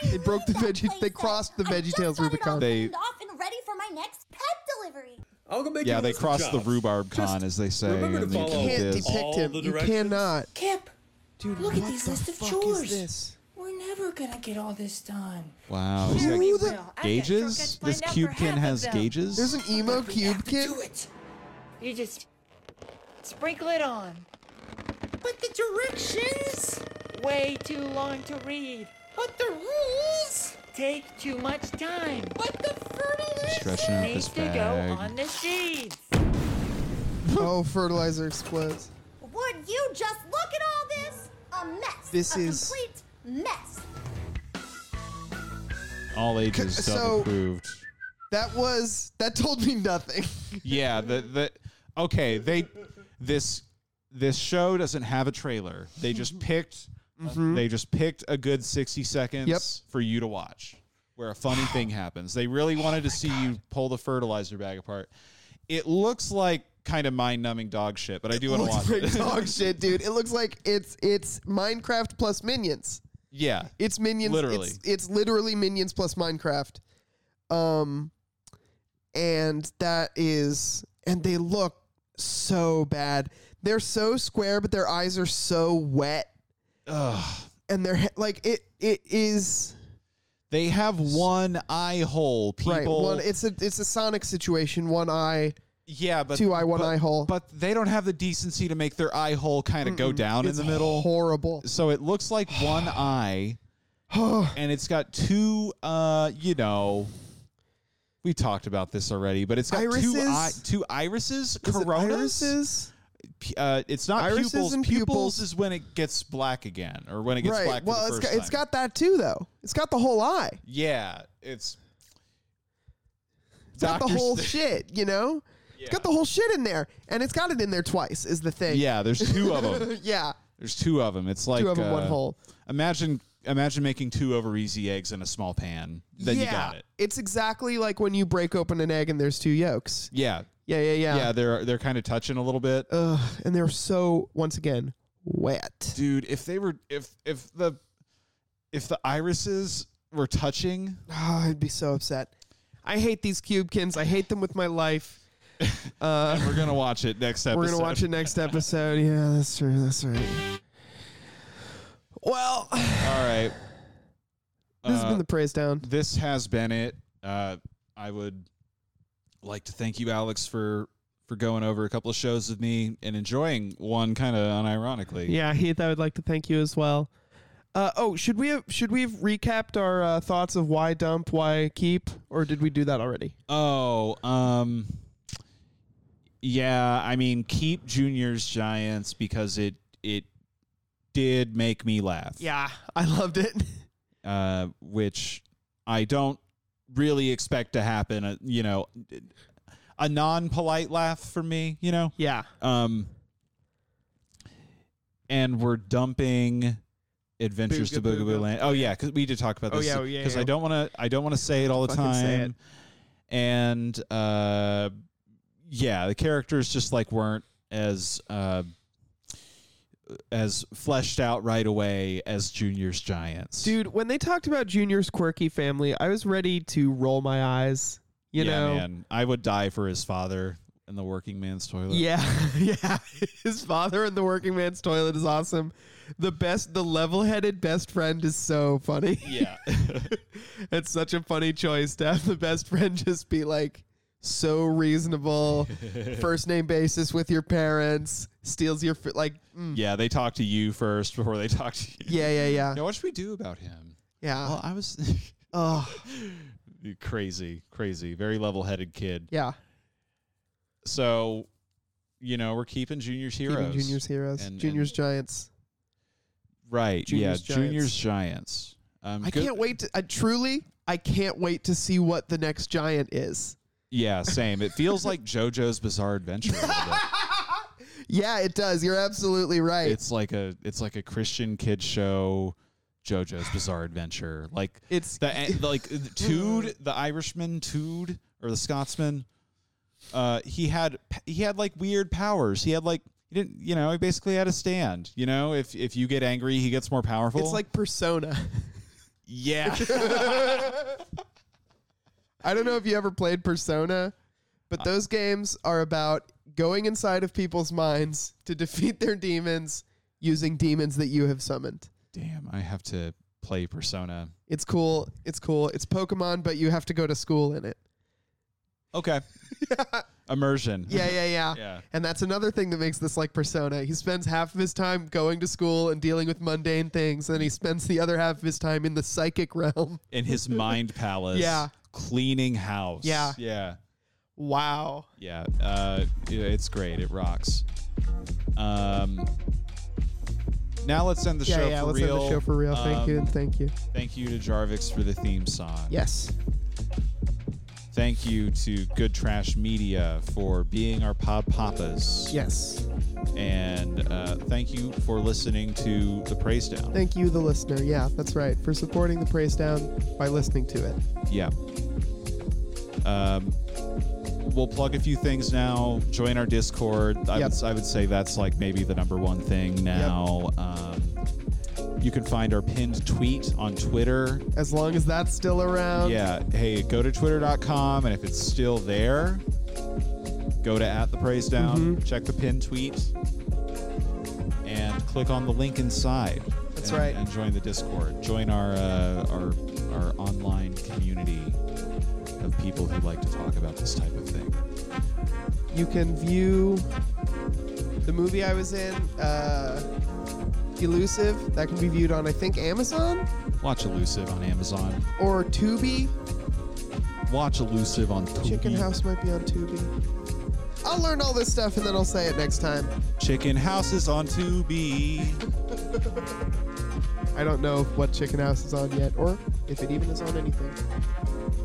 they broke the veggie. They crossed the VeggieTales Rubicon.
They
off and ready for my next pet delivery.
I'll go make
yeah,
you a
they
list of
crossed the
jobs.
rhubarb con, as they say.
remember to
in the-
follow
in the
all
biz.
Depict him.
the
You
directions?
cannot.
Kip,
Dude,
look
what
at these
the
list of
fuck
chores.
Is this?
We're never gonna get all this done.
Wow.
Sure
Is
we will. I've
that
got shortcuts
gauges? This
lined up for half
cubekin
of
has
them.
gauges?
There's an emo cube kid.
You just sprinkle it on. But the directions? Way too long to read. But the rules? Take too much time. But the
stretching out
needs
this
to go
bag.
on the seeds.
oh, fertilizer explodes.
Would you just look at all this? A mess.
This
a
is-
complete mess.
All ages
C-
self
so-
approved.
That was that told me nothing.
yeah, the the okay, they this this show doesn't have a trailer. They just
Mm-hmm.
picked
Mhm.
they just picked a good 60 seconds
Yep. Oh
for you to watch where a funny thing happens. They really wanted to see you pull the fertilizer bag apart. It looks like kind of mind-numbing dog shit, but I do want to
looks
watch
like
it.
dog shit, dude. It looks like it's it's Minecraft plus minions.
yeah.
It's minions.
Literally.
it's, it's literally minions plus Minecraft. Um, and that is, and they look so bad. They're so square, but their eyes are so wet.
Ugh.
And they're he- like it. It is
They have one eye hole. People
right. One, it's a it's a Sonic situation. One eye.
Yeah, but
Two eye, one
but-
eye hole.
But they don't have the decency to make their eye hole kind of go down
It's
in the middle.
Horrible.
So it looks like one eye, and it's got two. Uh, you know, we talked about this already, but it's got two
Irises?
eye, two irises,
Is it
coronas.
irises?
P- Uh, it's not
Irises
pupils.
and
pupils.
pupils.
is when it gets black again, or when it gets black.
right. Well,
for the
it's got,
first
it's
time.
got that too, though. It's got the whole eye.
Yeah, it's.
It's got the
Doctor
whole
St-
shit, you know? It's got the whole shit in there. And it's got it in there twice, is the thing.
Yeah, there's two of 'em.
yeah.
There's two of them. It's like uh,
of 'em, one hole.
Imagine imagine making two over easy eggs in a small pan. Then
yeah.
you got it.
It's exactly like when you break open an egg and there's two yolks.
Yeah.
Yeah, yeah, Uh, yeah.
Yeah, they're they're kind of touching a little bit.
Ugh, and they're so, once again, wet.
Dude, if they were if if the if the irises were touching,
Oh, I'd be Ah, so upset. I hate these cubekins. I hate them with my life.
And we're gonna watch it next episode.
Uh, We're gonna watch it next episode. Yeah, that's true. That's right. Well,
All right. Uh,
This has been the praise down.
This has been it. Uh, I would like to thank you, Alex, for for going over a couple of shows with me and enjoying one kind of unironically.
yeah, Heath, I would like to thank you as well. Uh, oh, should we have should we have recapped our uh, thoughts of why dump, why keep, or did we do that already?
Oh, um, yeah. I mean, keep Junior's Giants because it it did make me laugh.
Yeah, I loved it.
uh, which I don't really expect to happen. Uh, you know, a non-polite laugh from me. You know.
Yeah.
Um, and we're dumping Adventures to
Booga
Boogaboo
Booga.
Land. Oh yeah, because we did talk about
Oh,
this.
yeah, oh, yeah,
Because
yeah.
I don't want to. I don't want to say it all the
Fucking say it.
time. And uh, yeah, the characters just like weren't as uh, as fleshed out right away as Junior's Giants.
Dude, when they talked about Junior's quirky family, I was ready to roll my eyes. You
yeah,
know,
man, I would die for his father in the working man's toilet.
Yeah, yeah. His father in the working man's toilet is awesome. The best, the level-headed best friend is so funny.
Yeah,
it's such a funny choice to have the best friend just be like so reasonable, first name basis with your parents, steals your fi- like. mm.
yeah. They talk to you first before they talk to you.
Yeah, yeah, yeah.
Now, what should we do about him?
Yeah.
Well, I was.
Oh,
crazy, crazy, very level-headed kid.
yeah.
So, you know, we're keeping Junior's heroes.
Keeping juniors heroes,
And-
juniors giants.
and- right?
Junior's
yeah,
Giants.
Junior's Giants. Um,
I
good-
can't wait to. I truly, I can't wait to see what the next giant is.
Yeah, same. It feels like JoJo's Bizarre Adventure. a little bit.
Yeah, it does. You're absolutely right.
It's like a it's like a Christian kid show. JoJo's Bizarre Adventure, like
it's
the the, like the Tood, the Irishman Tood or the Scotsman. Uh, he had he had like weird powers. He had like he didn't you know he basically had a stand. You know if if you get angry, he gets more powerful.
It's like Persona.
yeah,
I don't know if you ever played Persona, but those games are about going inside of people's minds to defeat their demons using demons that you have summoned.
damn, I have to play Persona.
It's cool. It's cool. It's Pokemon, but you have to go to school in it.
Okay, immersion.
Yeah, yeah, yeah.
Yeah.
And that's another thing that makes this like Persona. He spends half of his time going to school and dealing with mundane things, and then he spends the other half of his time in the psychic realm.
In his mind palace.
Yeah.
cleaning house.
Yeah.
yeah.
Wow.
Yeah, uh, yeah, it's great. It rocks. Um, now let's end the
yeah,
show
yeah.
for
let's
real.
end the show for real. Thank you
Um,
and thank you.
Thank you to Jarvix for the theme song.
Yes.
Thank you to Good Trash Media for being our pod papas.
Yes.
And uh, thank you for listening to the Praise Down.
Thank you, the listener. Yeah, that's right. For supporting the Praise Down by listening to it.
Yeah. Um, we'll plug a few things now. Join our Discord. I,
Yep.
would, I would say that's like maybe the number one thing now. Um, you can find our pinned tweet on Twitter.
As long as that's still around.
yeah. Hey, go to twitter.com, and if it's still there, go to at the praise down,
Mm-hmm.
check the pinned tweet, and click on the link inside.
That's
and-
right.
And join the Discord. Join our uh, our our online community of people who like to talk about this type of thing.
You can view the movie I was in, uh, Elusive. That can be viewed on, I think, Amazon
Watch Elusive on Amazon.
or Tubi.
Watch Elusive on Tubi.
Chicken House might be on Tubi. I'll learn all this stuff and then I'll say it next time.
Chicken House is on Tubi.
I don't know what Chicken House is on yet or if it even is on anything.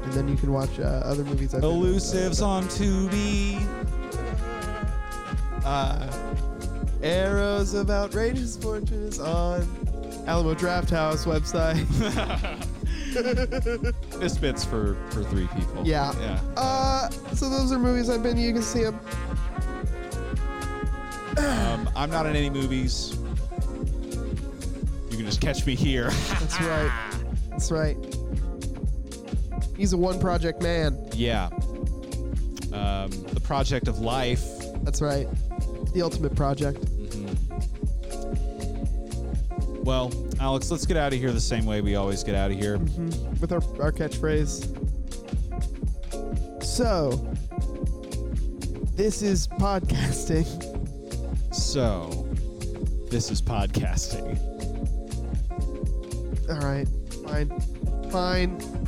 And then you can watch uh, other movies I've been in.
Elusive's on Tubi.
Uh, Arrows of Outrageous Fortune is on Alamo Draft House website.
Misfits for for three people.
Yeah.
Yeah.
Uh, so those are movies I've been. You can see them.
Um, I'm not in any movies. You can just catch me here.
That's right. That's right. He's a one project man.
Yeah. Um, the project of life.
That's right. The ultimate project.
Mm-hmm. Well, Alex, let's get out of here the same way we always get out of here.
Mhm. With our, our catchphrase. So, this is podcasting.
So, this is podcasting.
All right. Fine. Fine.